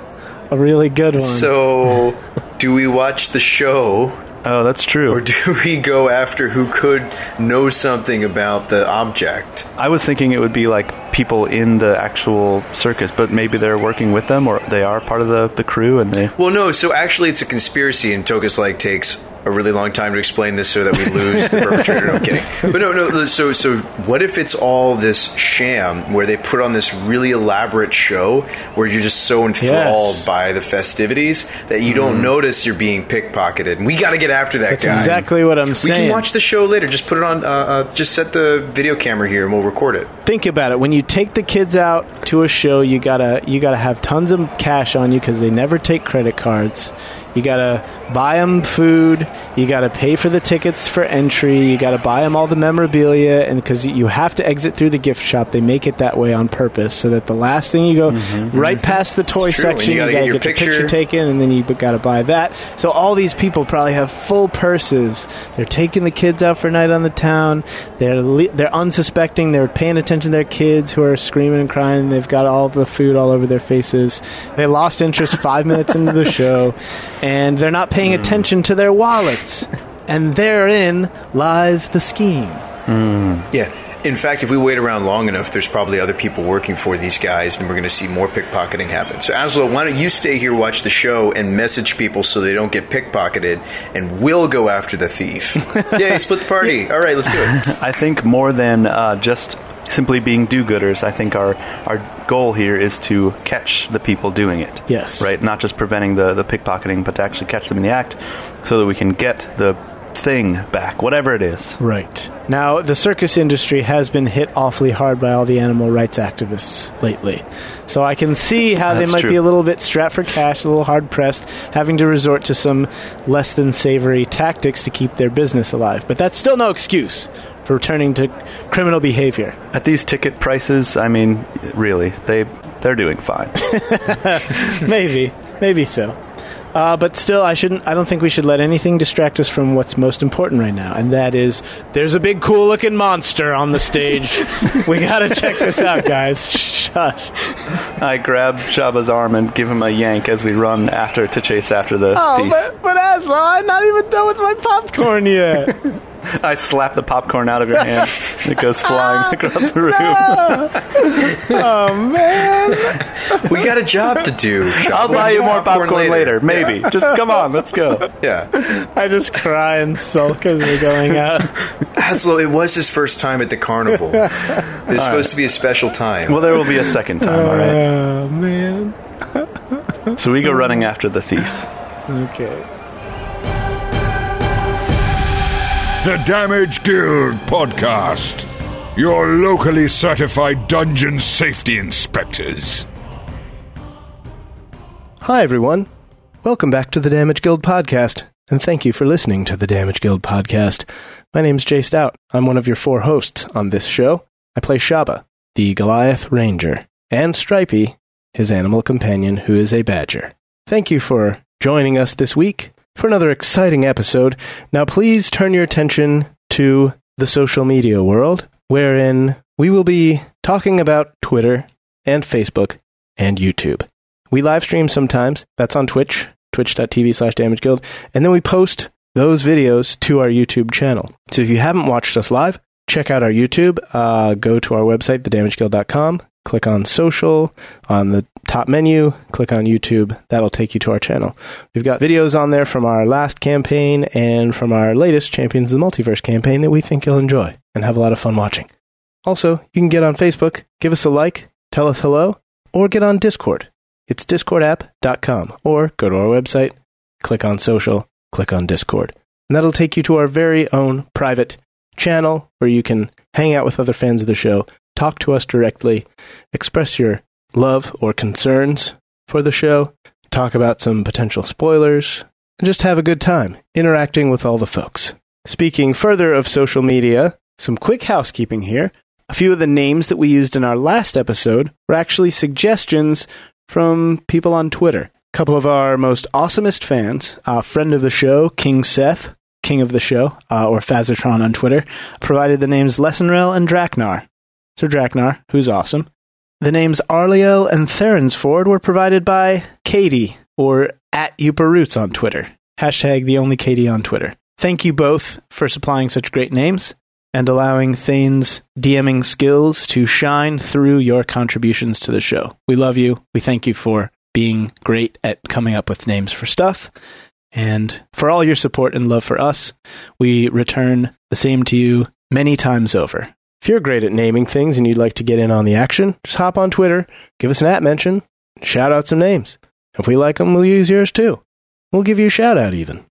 Speaker 4: a really good one.
Speaker 5: So do we watch the show
Speaker 3: Oh, that's true.
Speaker 5: or do we go after who could know something about the object?
Speaker 3: I was thinking it would be like people in the actual circus, but maybe they're working with them, or they are part of the, the crew, and they.
Speaker 5: Well no, so actually it's a conspiracy and Tokus like takes a really long time to explain this so that we lose the perpetrator. No, I'm kidding. But no, no, so so what if it's all this sham where they put on this really elaborate show where you're just so enthralled
Speaker 4: Yes. Mm.
Speaker 5: by the festivities that you don't notice you're being pickpocketed. And we got to get after that
Speaker 4: That's
Speaker 5: guy.
Speaker 4: exactly what I'm
Speaker 5: We
Speaker 4: saying.
Speaker 5: can watch the show later. Just put it on. Uh, uh, just set the video camera here, and we'll record it.
Speaker 4: Think about it. When you take the kids out to a show, you gotta you gotta have tons of cash on you because they never take credit cards. You gotta buy them food. You gotta pay for the tickets for entry. You gotta buy them all the memorabilia, and because you have to exit through the gift shop, they make it that way on purpose so that the last thing you go right past the toy
Speaker 5: Mm-hmm. It's true, and
Speaker 4: section,
Speaker 5: you gotta get your
Speaker 4: the picture
Speaker 5: picture.
Speaker 4: taken, and then you gotta buy that. So all these people probably have full purses. They're taking the kids out for a night on the town. They're le- they're unsuspecting. They're paying attention to their kids who are screaming and crying. They've got all the food all over their faces. They lost interest five minutes into the show, and they're not paying attention to their wallets. And therein lies the scheme.
Speaker 5: Yeah. In fact, if we wait around long enough, there's probably other people working for these guys, and we're going to see more pickpocketing happen. So, Aslo, why don't you stay here, watch the show, and message people so they don't get pickpocketed, and we'll go after the thief. Yay, split the party. All right, let's do it.
Speaker 3: I think more than uh, just simply being do-gooders, I think our our goal here is to catch the people doing it.
Speaker 4: Yes.
Speaker 3: Right. Not just preventing the the pickpocketing, but to actually catch them in the act, so that we can get the thing back, whatever it is.
Speaker 4: Right. Now, the circus industry has been hit awfully hard by all the animal rights activists lately. So I can see how
Speaker 3: That's
Speaker 4: they might
Speaker 3: true.
Speaker 4: be a little bit strapped for cash, a little hard pressed, having to resort to some less than savory tactics to keep their business alive. But that's still no excuse for returning to criminal behavior.
Speaker 3: At these ticket prices, I mean, really, they they're doing fine.
Speaker 4: maybe. Maybe so. Uh, but still, I shouldn't. I don't think we should let anything distract us from what's most important right now, and that is there's a big, cool-looking monster on the stage. we gotta check this out, guys. Shush.
Speaker 3: I grab Shaba's arm and give him a yank as we run after to chase after the
Speaker 4: Oh,
Speaker 3: thief.
Speaker 4: but, but Aslo, I'm not even done with my popcorn yet.
Speaker 3: I slap the popcorn out of your hand. and it goes
Speaker 4: Ah,
Speaker 3: flying across the room.
Speaker 4: Oh,
Speaker 5: We got a job to do.
Speaker 3: I'll
Speaker 5: Shop.
Speaker 3: buy you more popcorn later, maybe. Just come on, let's go.
Speaker 5: Yeah.
Speaker 4: I just cry and sulk as we're going out.
Speaker 5: Haslow, it was his first time at the carnival. It's supposed to be a special time.
Speaker 3: Well, there will be a second time, all right.
Speaker 4: Oh man.
Speaker 3: So we go running after the thief.
Speaker 4: Okay.
Speaker 1: The Damage Guild Podcast. Your locally certified dungeon safety inspectors.
Speaker 4: Hi, everyone. Welcome back to the Damage Guild podcast, and thank you for listening to the Damage Guild podcast. My name's Jay Stout. I'm one of your four hosts on this show. I play Shaba, the Goliath Ranger, and Stripey, his animal companion, who is a badger. Thank you for joining us this week for another exciting episode. Now, please turn your attention to the social media world, wherein we will be talking about Twitter and Facebook and YouTube. We live stream sometimes. That's on Twitch, twitch.tv slash damage guild. And then we post those videos to our YouTube channel. So if you haven't watched us live, check out our YouTube. Uh, go to our website, thedamageguild.com, click on social on the top menu, click on YouTube. That'll take you to our channel. We've got videos on there from our last campaign and from our latest Champions of the Multiverse campaign that we think you'll enjoy and have a lot of fun watching. Also, you can get on Facebook, give us a like, tell us hello, or get on Discord. It's discordapp.com or go to our website, click on social, click on Discord. And that'll take you to our very own private channel where you can hang out with other fans of the show, talk to us directly, express your love or concerns for the show, talk about some potential spoilers, and just have a good time interacting with all the folks. Speaking further of social media, some quick housekeeping here. A few of the names that we used in our last episode were actually suggestions from people on Twitter. A couple of our most awesomest fans, a friend of the show, King Seth, King of the Show, uh, or Fazitron on Twitter, provided the names Lessenrel and Draknar. So Draknar, who's awesome. The names Arliel and Theronsford were provided by Katie, or at Uper Roots on Twitter. Hashtag the only Katie on Twitter. Thank you both for supplying such great names and allowing Thane's DMing skills to shine through your contributions to the show. We love you. We thank you for being great at coming up with names for stuff and for all your support and love for us. We return the same to you many times over. If you're great at naming things and you'd like to get in on the action, just hop on Twitter, give us an at mention, shout out some names. If we like them, we'll use yours too. We'll give you a shout out even.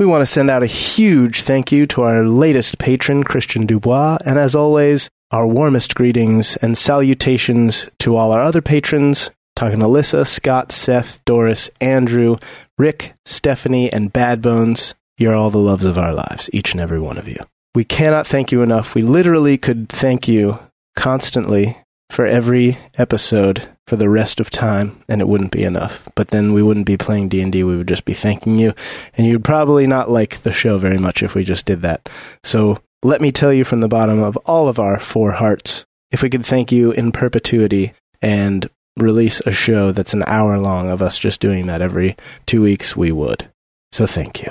Speaker 4: We want to send out a huge thank you to our latest patron, Christian Dubois, and as always, our warmest greetings and salutations to all our other patrons, talking to Alyssa, Scott, Seth, Doris, Andrew, Rick, Stephanie, and Bad Bones. You're all the loves of our lives, each and every one of you. We cannot thank you enough. We literally could thank you constantly for every episode for the rest of time and it wouldn't be enough but then we wouldn't be playing d&d we would just be thanking you and you'd probably not like the show very much if we just did that so let me tell you from the bottom of all of our four hearts if we could thank you in perpetuity and release a show that's an hour long of us just doing that every two weeks we would so thank you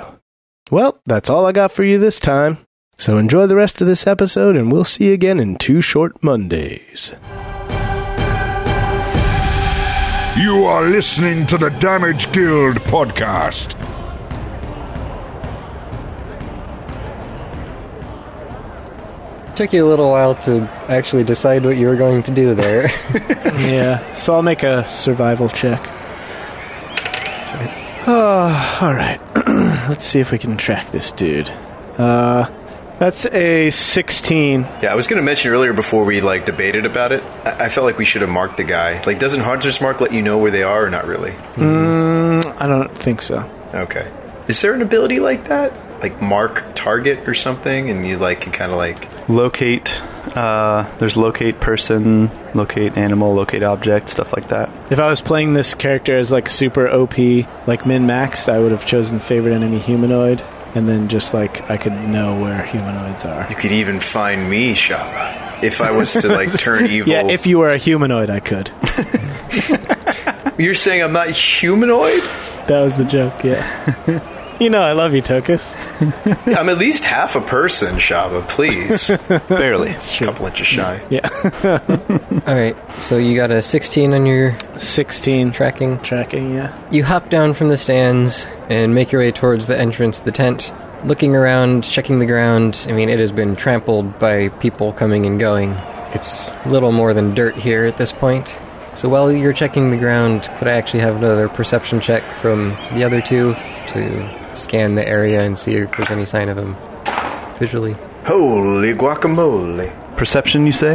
Speaker 4: well that's all i got for you this time so enjoy the rest of this episode and we'll see you again in two short mondays
Speaker 1: You are listening to the Damage Guild Podcast.
Speaker 2: Took you a little while to actually decide what you were going to do there.
Speaker 4: Yeah, so I'll make a survival check. Oh, all right. Let's see if we can track this dude. Uh, that's a 16.
Speaker 5: Yeah, I was going to mention earlier before we like debated about it. I-, I felt like we should have marked the guy. Like, doesn't Hunter's Mark let you know where they are or not really?
Speaker 4: Mm, I don't think so.
Speaker 5: Okay. Is there an ability like that? like mark target or something, and you like can kind of like
Speaker 3: Locate. Uh, there's locate person, locate animal, locate object, stuff like that.
Speaker 4: If I was playing this character as like super OP, like min maxed, I would have chosen favorite enemy humanoid, and then just like I could know where humanoids are.
Speaker 5: you could even find me, Shara. If I was to like turn evil,
Speaker 4: Yeah, if you were a humanoid, I could.
Speaker 5: you're saying I'm not humanoid,
Speaker 4: That was the joke. Yeah. you know I love you, Tokus.
Speaker 5: I'm at least half a person, Shava. Please, a
Speaker 3: Barely.
Speaker 5: couple inches shy.
Speaker 4: Yeah.
Speaker 2: All right, so you got a 16 on your
Speaker 4: Sixteen
Speaker 2: tracking.
Speaker 4: tracking. Yeah.
Speaker 2: You hop down from the stands and make your way towards the entrance of the tent, looking around, checking the ground. I mean, it has been trampled by people coming and going. It's little more than dirt here at this point. So while you're checking the ground, could I actually have another perception check from the other two to scan the area and see if there's any sign of them visually?
Speaker 5: Holy guacamole!
Speaker 3: Perception, you say?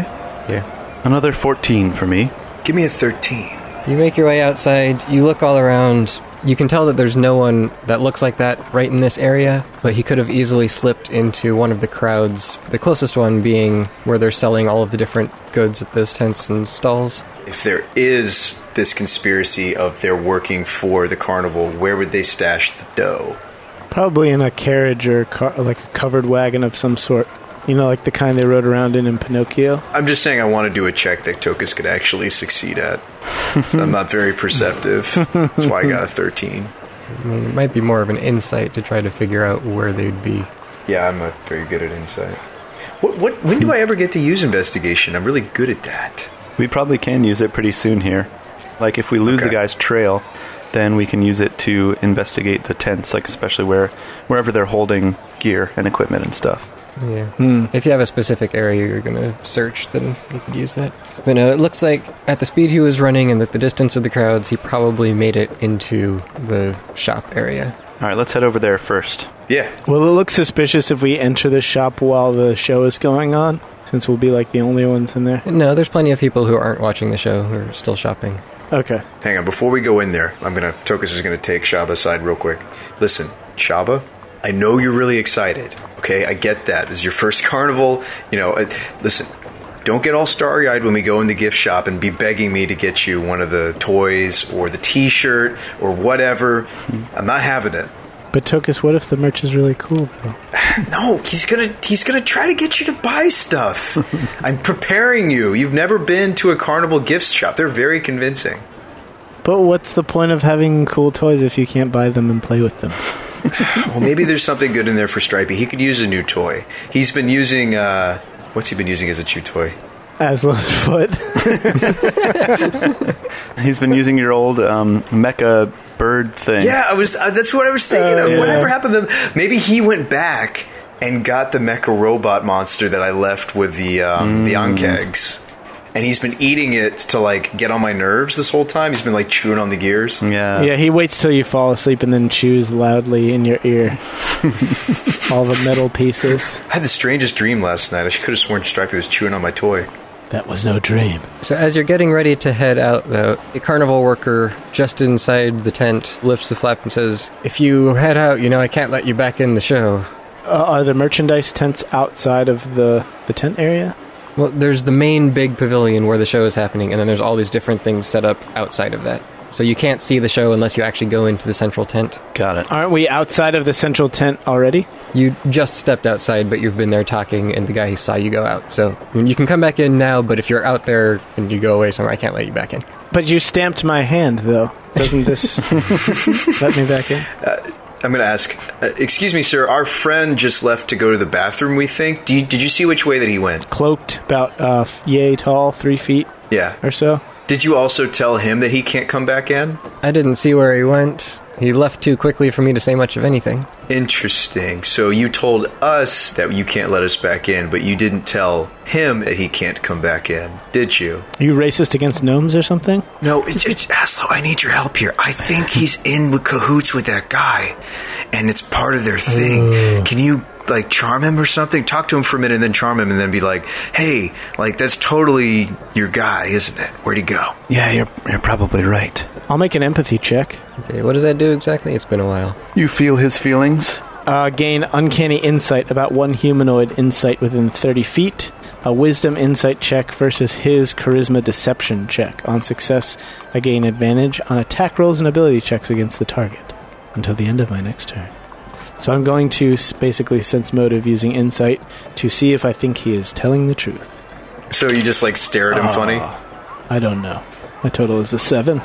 Speaker 2: Yeah.
Speaker 3: Another 14 for me.
Speaker 5: Give me a thirteen.
Speaker 2: You make your way outside, you look all around. You can tell that there's no one that looks like that right in this area, but he could have easily slipped into one of the crowds, the closest one being where they're selling all of the different goods at those tents and stalls.
Speaker 5: If there is this conspiracy of they're working for the carnival, where would they stash the dough?
Speaker 4: Probably in a carriage or car, like a covered wagon of some sort. You know, like the kind they rode around in in Pinocchio.
Speaker 5: I'm just saying I want to do a check that Tokus could actually succeed at. So I'm not very perceptive. That's why I got a 13.
Speaker 2: I mean, it might be more of an insight to try to figure out where they'd be.
Speaker 5: Yeah, I'm not very good at insight. What, what, when do I ever get to use investigation? I'm really good at that.
Speaker 3: We probably can use it pretty soon here. Like, if we lose
Speaker 5: Okay.
Speaker 3: the guy's trail, then we can use it to investigate the tents, like, especially where wherever they're holding gear and equipment and stuff.
Speaker 2: Yeah. If you have a specific area you're going to search, then you could use that. But no, it looks like at the speed he was running and at the distance of the crowds, he probably made it into the shop area.
Speaker 3: All right, let's head over there first.
Speaker 5: Yeah.
Speaker 4: Will it look suspicious if we enter the shop while the show is going on? Since we'll be like the only ones in there.
Speaker 2: No, there's plenty of people who aren't watching the show who are still shopping.
Speaker 4: Okay.
Speaker 5: Hang on. Before we go in there, I'm going to, Tokus is going to take Shaba aside real quick. Listen, Shaba, I know you're really excited. Okay. I get that. This is your first carnival. You know, I, listen, don't get all starry eyed when we go in the gift shop and be begging me to get you one of the toys or the t shirt or whatever. I'm not having it.
Speaker 4: But Tokus, what if the merch is really cool though?
Speaker 5: No, he's gonna he's gonna try to get you to buy stuff. I'm preparing you. You've never been to a carnival gift shop. They're very convincing.
Speaker 4: But what's the point of having cool toys if you can't buy them and play with them?
Speaker 5: Well, maybe there's something good in there for Stripey. He could use a new toy. He's been using uh, what's he been using as a chew toy?
Speaker 4: Aslo's foot.
Speaker 3: He's been using your old um, mecha bird thing.
Speaker 5: Yeah, I was. Uh, that's what I was thinking
Speaker 4: Oh,
Speaker 5: of.
Speaker 4: yeah.
Speaker 5: Whatever happened to them? Maybe he went back and got the mecha robot monster that I left with the
Speaker 4: Mm.
Speaker 5: um, the onkegs. And he's been eating it to like get on my nerves this whole time. He's been like chewing on the gears.
Speaker 3: Yeah.
Speaker 4: yeah, he waits till you fall asleep and then chews loudly in your ear. All the metal pieces.
Speaker 5: I had the strangest dream last night. I could have sworn Stripey was chewing on my toy.
Speaker 4: That was no dream.
Speaker 2: So as you're getting ready to head out, though, a carnival worker just inside the tent lifts the flap and says, "If you head out, you know I can't let you back in the show."
Speaker 4: Uh, are the merchandise tents outside of the, the tent area?
Speaker 2: Well, there's the main big pavilion where the show is happening, and then there's all these different things set up outside of that. So you can't see the show unless you actually go into the central tent.
Speaker 3: Got it.
Speaker 4: Aren't we outside of the central tent already?
Speaker 2: You just stepped outside, but you've been there talking, and the guy saw you go out. So I mean, you can come back in now, but if you're out there and you go away somewhere, I can't let you back in.
Speaker 4: But you stamped my hand, though. Doesn't this let me back in?
Speaker 5: I'm going to ask, uh, excuse me, sir, our friend just left to go to the bathroom, we think. Do you, did you see which way that he went?
Speaker 4: Cloaked, about uh, yay tall, three feet
Speaker 5: Yeah.
Speaker 4: or so.
Speaker 5: Did you also tell him that he can't come back in?
Speaker 2: I didn't see where he went. He left too quickly for me to say much of anything.
Speaker 5: Interesting. So you told us that you can't let us back in, but you didn't tell him that he can't come back in, did you?
Speaker 4: Are you racist against gnomes or something?
Speaker 5: No, it, it, Aslo, I need your help here. I think he's in with cahoots with that guy, and it's part of their thing. Can you like charm him or something? Talk to him for a minute, and then charm him, and then be like, "Hey, like that's totally your guy, isn't it? Where'd he go?"
Speaker 3: Yeah, you're, you're probably right.
Speaker 4: I'll make an empathy check.
Speaker 2: Okay, what does that do exactly? It's been a while.
Speaker 3: You feel his feelings?
Speaker 4: Uh, gain uncanny insight about one humanoid insight within 30 feet. A wisdom insight check versus his charisma deception check. On success, I gain advantage on attack rolls and ability checks against the target until the end of my next turn. So I'm going to s- basically sense motive using insight to see if I think he is telling the truth. Ah.
Speaker 5: So you just like stare at him funny.
Speaker 4: I don't know. My total is a seven.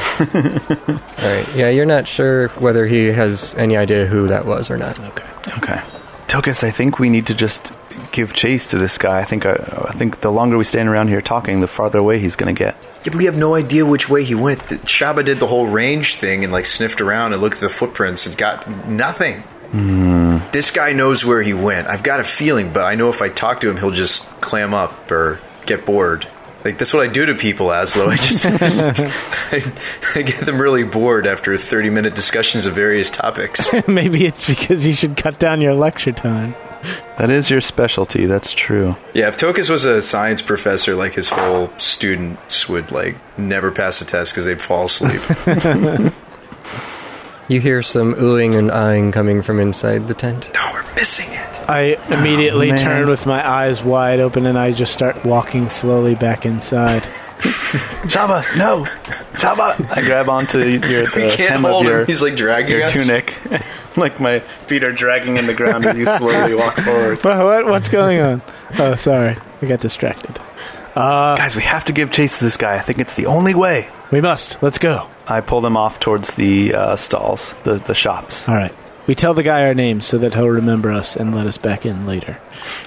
Speaker 2: All right. Yeah, you're not sure whether he has any idea who that was or not.
Speaker 4: Okay.
Speaker 3: Okay. Tokus, I think we need to just give chase to this guy. I think I, I think the longer we stand around here talking, the farther away he's going to get.
Speaker 5: Yeah, but we have no idea which way he went. The- Shaba did the whole range thing and like sniffed around and looked at the footprints and got nothing. This guy knows where he went. I've got a feeling, but I know if I talk to him, he'll just clam up or get bored. Like that's what I do to people, Aslo. I just I, I get them really bored after thirty minute discussions of various topics.
Speaker 4: Maybe it's because you should cut down your lecture time.
Speaker 3: That is your specialty. That's true.
Speaker 5: yeah, if Tokus was a science professor, like his whole students would like never pass a test because they'd fall asleep.
Speaker 2: You hear some oohing and eyeing coming from inside the tent.
Speaker 5: no, we're missing it.
Speaker 4: I immediately
Speaker 3: man.
Speaker 4: turn with my eyes wide open and I just start walking slowly back inside.
Speaker 3: Shaba, no, Shaba! I grab onto your
Speaker 5: We
Speaker 3: the
Speaker 5: can't
Speaker 3: hem of
Speaker 5: hold him.
Speaker 3: your
Speaker 5: He's, like, dragging
Speaker 3: your
Speaker 5: us.
Speaker 3: tunic, like my feet are dragging in the ground as you slowly walk forward.
Speaker 4: Wha- what, what's going on? Oh, sorry. I got distracted.
Speaker 3: Guys, we have to give chase to this guy. I think it's the only way.
Speaker 4: We must. Let's go.
Speaker 3: I pull them off towards the uh, stalls, the the shops.
Speaker 4: All right. We tell the guy our names so that he'll remember us and let us back in later.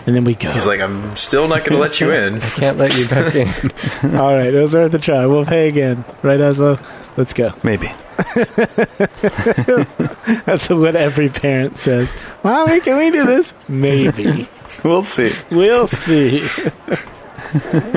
Speaker 4: And then we go.
Speaker 5: He's like, I'm still not going to let you in.
Speaker 2: Can't let you back in.
Speaker 4: All right. It was worth a try. We'll pay again. Right, Aslo? Let's go.
Speaker 3: Maybe.
Speaker 4: That's what every parent says. Mommy, can we do this? Maybe.
Speaker 3: We'll see.
Speaker 4: We'll see. All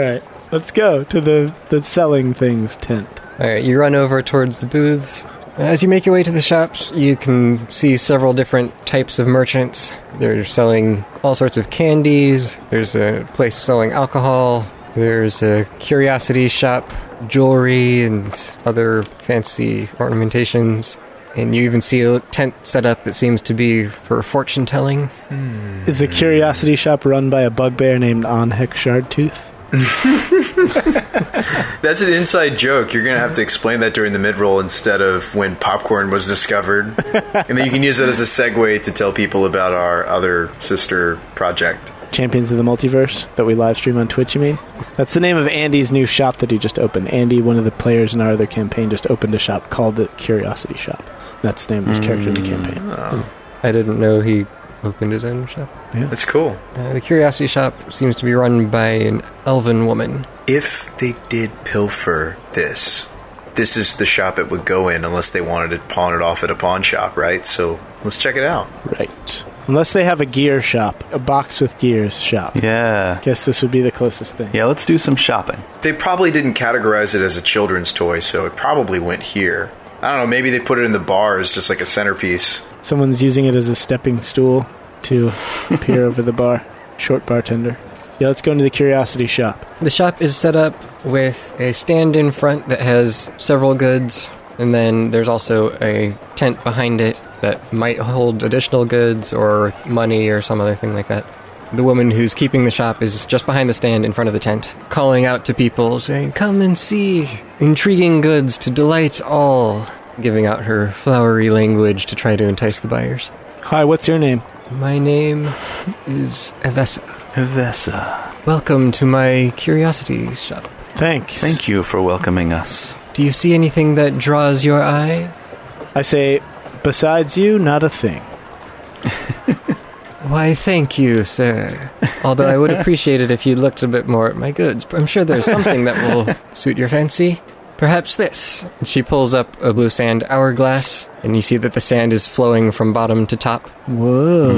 Speaker 4: right, let's go to the the selling things tent.
Speaker 2: All right, you run over towards the booths. As you make your way to the shops, you can see several different types of merchants. They're selling all sorts of candies. There's a place selling alcohol. There's a curiosity shop, jewelry, and other fancy ornamentations. And you even see a tent set up that seems to be for fortune telling.
Speaker 4: Is the curiosity shop run by a bugbear named Onhek Shardtooth?
Speaker 5: That's an inside joke. You're going to have to explain that during the mid roll instead of when popcorn was discovered. and then you can use that as a segue to tell people about our other sister project.
Speaker 4: Champions of the Multiverse that we live stream on Twitch, you mean? That's the name of Andy's new shop that he just opened. Andy, one of the players in our other campaign, just opened a shop called the Curiosity Shop. That's the name of his character in the campaign.
Speaker 2: I didn't know he opened his own shop.
Speaker 5: That's cool.
Speaker 2: Uh, the curiosity shop seems to be run by an elven woman.
Speaker 5: If they did pilfer this, this is the shop it would go in unless they wanted to pawn it off at a pawn shop, right? So let's check it out.
Speaker 4: Right. Unless they have a gear shop, a box with gears shop.
Speaker 3: Yeah.
Speaker 4: Guess this would be the closest thing.
Speaker 3: Yeah, let's do some shopping.
Speaker 5: They probably didn't categorize it as a children's toy, so it probably went here. I don't know, maybe they put it in the bars just like a centerpiece.
Speaker 4: Someone's using it as a stepping stool to peer over the bar. Short bartender. Yeah, let's go into the curiosity shop.
Speaker 2: The shop is set up with a stand in front that has several goods, and then there's also a tent behind it that might hold additional goods or money or some other thing like that. The woman who's keeping the shop is just behind the stand in front of the tent, calling out to people, saying, Come and see intriguing goods to delight all, giving out her flowery language to try to entice the buyers.
Speaker 4: Hi, what's your name?
Speaker 2: My name is Evessa.
Speaker 3: Vessa.
Speaker 2: Welcome to my curiosity shop.
Speaker 4: Thanks.
Speaker 3: Thank you for welcoming us.
Speaker 2: Do you see anything that draws your eye?
Speaker 4: I say, besides you, not a thing.
Speaker 2: Why, thank you, sir. Although I would appreciate it if you looked a bit more at my goods. I'm sure there's something that will suit your fancy. Perhaps this. She pulls up a blue sand hourglass, and you see that the sand is flowing from bottom to top.
Speaker 4: Whoa.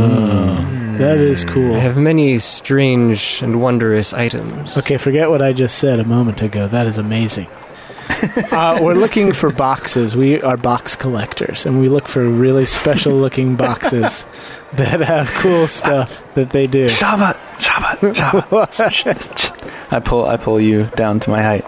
Speaker 3: Hmm.
Speaker 4: That is
Speaker 2: I
Speaker 4: cool.
Speaker 2: have many strange and wondrous items.
Speaker 4: Okay, forget what I just said a moment ago. That is amazing. uh, we're looking for boxes. We are box collectors, and we look for really special looking boxes that have cool stuff that they do.
Speaker 3: Shaba, Shaba, Shaba. I pull, I pull you down to my height.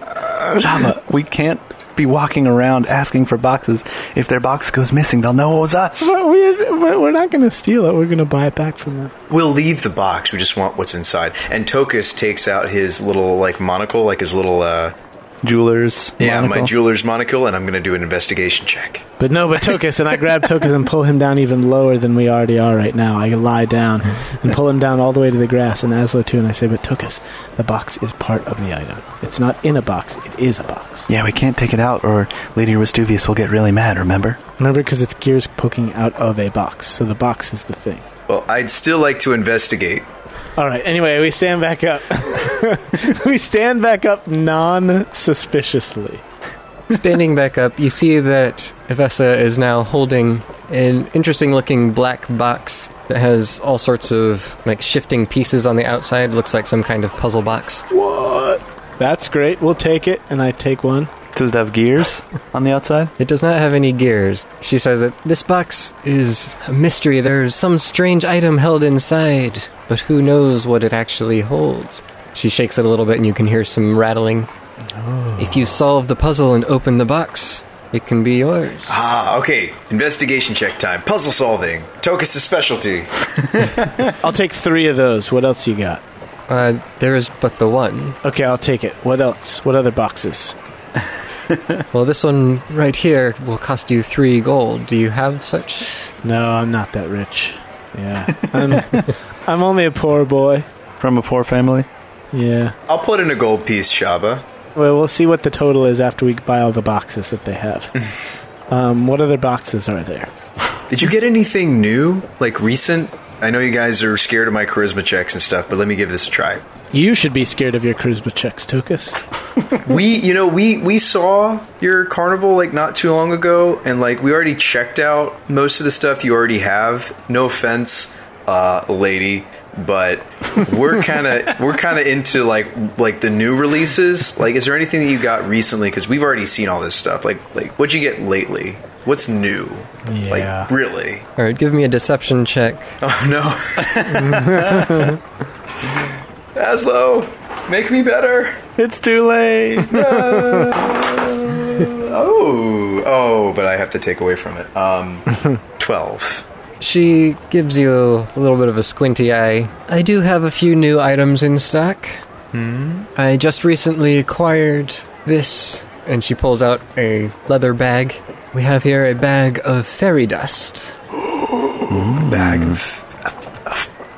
Speaker 3: Shaba, we can't be walking around asking for boxes. If their box goes missing, they'll know it was us.
Speaker 4: But we're, but we're not going to steal it. We're going to buy it back from them.
Speaker 5: We'll leave the box. We just want what's inside. And Tokus takes out his little like monocle, like his little uh,
Speaker 3: Jewelers.
Speaker 5: yeah, my
Speaker 3: monocle.
Speaker 5: jeweler's monocle, and I'm gonna do an investigation check.
Speaker 4: But no, but Tokus, and I grab Tokus and pull him down even lower than we already are right now. I lie down and pull him down all the way to the grass, and Aslo too, and I say, But Tokus, the box is part of the item. It's not in a box, it is a box.
Speaker 3: Yeah, we can't take it out, or Lady Restuvius will get really mad, remember?
Speaker 4: Remember, because it's gears poking out of a box, so the box is the thing.
Speaker 5: Well, I'd still like to investigate.
Speaker 4: All right, anyway, we stand back up. we stand back up non suspiciously.
Speaker 2: Standing back up, you see that Evessa is now holding an interesting looking black box that has all sorts of like shifting pieces on the outside. Looks like some kind of puzzle box.
Speaker 4: What? That's great. We'll take it, and I take one.
Speaker 3: Does it have gears on the outside?
Speaker 2: It does not have any gears. She says that this box is a mystery. There's some strange item held inside, but who knows what it actually holds. She shakes it a little bit and you can hear some rattling. If you solve the puzzle and open the box, it can be yours.
Speaker 5: Ah, okay. Investigation check time. Puzzle solving. Tokus' specialty.
Speaker 4: I'll take three of those. What else you got?
Speaker 2: Uh, there is but the one.
Speaker 4: Okay, I'll take it. What else? What other boxes?
Speaker 2: Well, this one right here will cost you three gold. Do you have such?
Speaker 4: No, I'm not that rich. Yeah. I'm, I'm only a poor boy.
Speaker 3: From a poor family?
Speaker 4: Yeah.
Speaker 5: I'll put in a gold piece, Shaba.
Speaker 4: Well, we'll see what the total is after we buy all the boxes that they have. Um, what other boxes are there?
Speaker 5: Did you get anything new, like recent? I know you guys are scared of my charisma checks and stuff, but let me give this a try.
Speaker 4: You should be scared of your charisma checks, Tokus.
Speaker 5: We, you know, we we saw your carnival like not too long ago, and like we already checked out most of the stuff you already have. No offense, uh, lady, but we're kind of we're kind of into like like the new releases. Like, is there anything that you got recently? Because we've already seen all this stuff. Like, like what'd you get lately? What's new?
Speaker 4: Yeah.
Speaker 5: Like, really?
Speaker 2: All right, give me a deception check.
Speaker 5: Oh no, Aslo, make me better.
Speaker 3: It's too late!
Speaker 5: Oh, oh, but I have to take away from it. Um, twelve.
Speaker 2: She gives you a little bit of a squinty eye. I do have a few new items in stock. Hmm? I just recently acquired this, and she pulls out a leather bag. We have here a bag of fairy dust.
Speaker 5: Bag of, of- of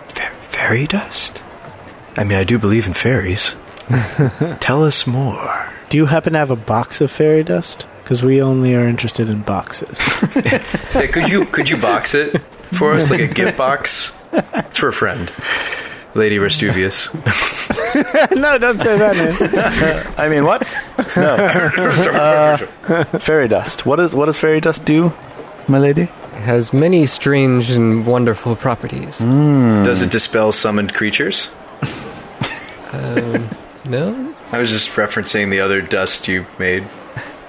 Speaker 5: fa- fairy dust. I mean, I do believe in fairies. Tell us more.
Speaker 4: Do you happen to have a box of fairy dust? Because we only are interested in boxes.
Speaker 5: Hey, could you could you box it for us like a gift box? It's for a friend, Lady Restuvius.
Speaker 4: no, don't say that, man.
Speaker 3: I mean, what? No.
Speaker 5: Uh,
Speaker 3: fairy dust. What, is, what does fairy dust do, my lady?
Speaker 2: It has many strange and wonderful properties.
Speaker 5: Does it dispel summoned creatures?
Speaker 2: No?
Speaker 5: I was just referencing the other dust you made.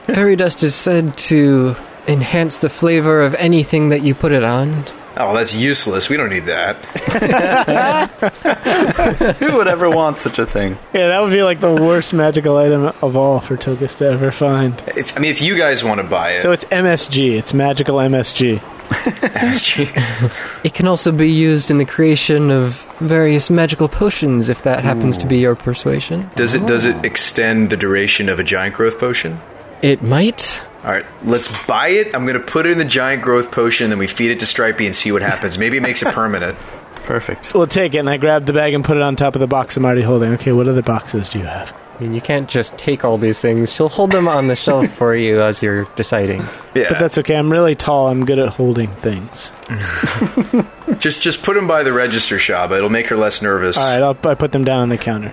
Speaker 2: fairy dust is said to enhance the flavor of anything that you put it on.
Speaker 5: Oh, that's useless. We don't need that.
Speaker 3: Who would ever want such a thing?
Speaker 4: Yeah, that would be like the worst magical item of all for Tokus to ever find.
Speaker 5: If, I mean, if you guys want to buy it,
Speaker 4: So it's MSG. It's magical MSG.
Speaker 2: It can also be used in the creation of various magical potions if that happens to be your persuasion.
Speaker 5: does it
Speaker 4: Oh.
Speaker 5: does it extend the duration of a giant growth potion?
Speaker 2: It might.
Speaker 5: All right, let's buy it. I'm going to put it in the giant growth potion, then we feed it to Stripey and see what happens. Maybe it makes it permanent.
Speaker 3: Perfect.
Speaker 4: We'll take it, and I grab the bag and put it on top of the box I'm already holding. Okay, what other boxes do you have?
Speaker 2: I mean, you can't just take all these things. She'll hold them on the shelf for you as you're deciding.
Speaker 5: Yeah,
Speaker 4: But that's okay. I'm really tall. I'm good at holding things.
Speaker 5: just just put him by the register, Shaba. It'll make her less nervous.
Speaker 4: All right, I'll, I put them down on the counter.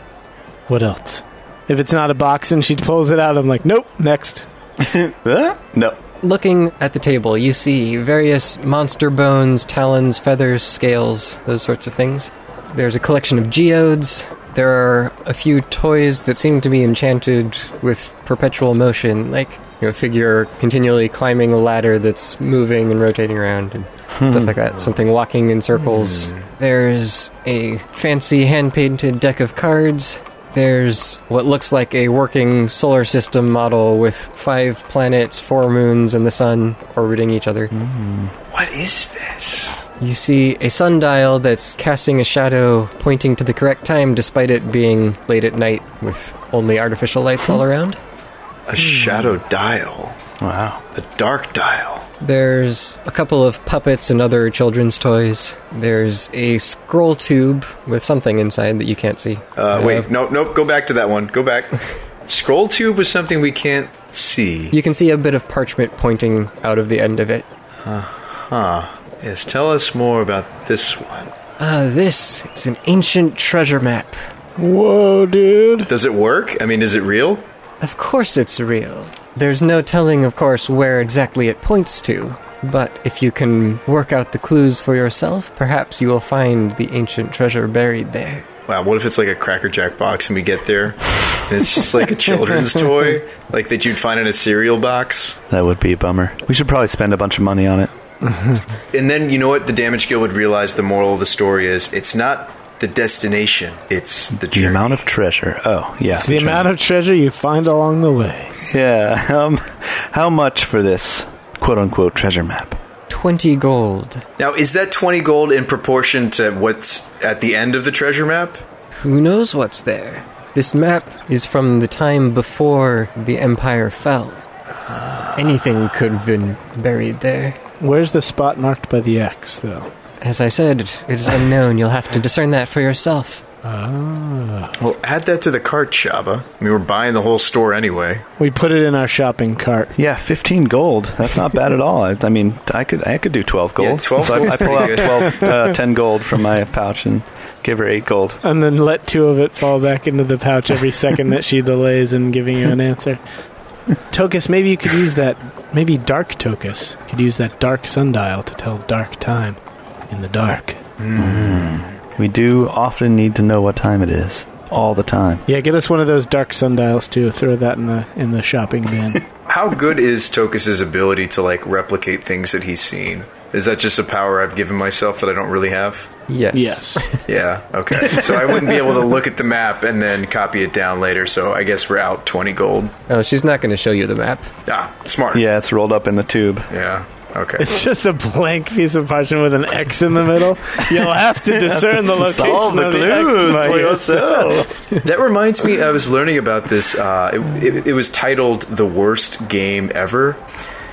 Speaker 4: What else? If it's not a box and she pulls it out, I'm like, nope, next.
Speaker 3: Huh? No.
Speaker 2: Looking at the table, you see various monster bones, talons, feathers, scales, those sorts of things. There's a collection of geodes. There are a few toys that seem to be enchanted with perpetual motion, like you know, a figure continually climbing a ladder that's moving and rotating around and stuff like that. Something walking in circles. There's a fancy hand painted deck of cards. There's what looks like a working solar system model with five planets, four moons, and the sun orbiting each other.
Speaker 5: What is this?
Speaker 2: You see a sundial that's casting a shadow pointing to the correct time despite it being late at night with only artificial lights all around.
Speaker 4: Hmm.
Speaker 5: A shadow dial.
Speaker 3: Wow.
Speaker 5: A dark dial.
Speaker 2: There's a couple of puppets and other children's toys. There's a scroll tube with something inside that you can't see.
Speaker 5: Uh, wait, no, nope, go back to that one. Go back. Scroll tube was something we can't see.
Speaker 2: You can see a bit of parchment pointing out of the end of it.
Speaker 5: Huh. Yes, tell us more about this one.
Speaker 2: Ah, this is an ancient treasure map.
Speaker 4: Whoa, dude.
Speaker 5: Does it work? I mean, is it real?
Speaker 2: Of course it's real. There's no telling, of course, where exactly it points to. But if you can work out the clues for yourself, perhaps you will find the ancient treasure buried there.
Speaker 5: Wow, what if it's like a Cracker Jack box and we get there and it's just like a children's toy, like that you'd find in a cereal box?
Speaker 3: That would be a bummer. We should probably spend a bunch of money on it.
Speaker 5: And then you know what the damage guild would realize the moral of the story is it's not the destination, it's the
Speaker 3: The
Speaker 5: journey.
Speaker 3: amount of treasure. Oh, yeah.
Speaker 4: The amount of treasure you find along the way.
Speaker 3: Yeah. Um, how much for this quote unquote treasure map?
Speaker 2: 20 gold.
Speaker 5: Now, is that 20 gold in proportion to what's at the end of the treasure map?
Speaker 2: Who knows what's there? This map is from the time before the Empire fell. Anything could have been buried there.
Speaker 4: Where's the spot marked by the X, though?
Speaker 2: As I said, it is unknown. You'll have to discern that for yourself.
Speaker 5: Well, add that to the cart, Shaba. I mean, we're buying the whole store anyway.
Speaker 4: We put it in our shopping cart.
Speaker 3: Yeah, fifteen gold. That's not bad at all. I, I mean, I could I could do twelve gold.
Speaker 5: Yeah, 12
Speaker 3: So I-
Speaker 5: gold's
Speaker 3: I, pull out
Speaker 5: pretty good.
Speaker 3: 12, uh, 10 gold from my pouch and give her eight gold.
Speaker 4: And then let two of it fall back into the pouch every second that she delays in giving you an answer. Tokus, maybe you could use that. Maybe Dark Tokus could use that dark sundial to tell dark time in the dark.
Speaker 3: We do often need to know what time it is, all the time.
Speaker 4: Yeah, get us one of those dark sundials too. Throw that in the in the shopping bin.
Speaker 5: How good is Tokus's ability to, like, replicate things that he's seen? Is that just a power I've given myself that I don't really have?
Speaker 2: Yes.
Speaker 4: yes.
Speaker 5: Yeah, okay. So I wouldn't be able to look at the map and then copy it down later, so I guess we're out 20 gold.
Speaker 2: Oh, she's not going to show you the map.
Speaker 5: Ah, smart.
Speaker 3: Yeah, it's rolled up in the tube.
Speaker 5: Yeah, okay.
Speaker 4: It's just a blank piece of parchment with an X in the middle. You'll have to discern the location
Speaker 3: Solve the
Speaker 4: of the
Speaker 3: clues
Speaker 4: X by
Speaker 3: for
Speaker 4: yourself.
Speaker 5: That reminds me, I was learning about this. Uh, it, it, it was titled "The Worst Game Ever,"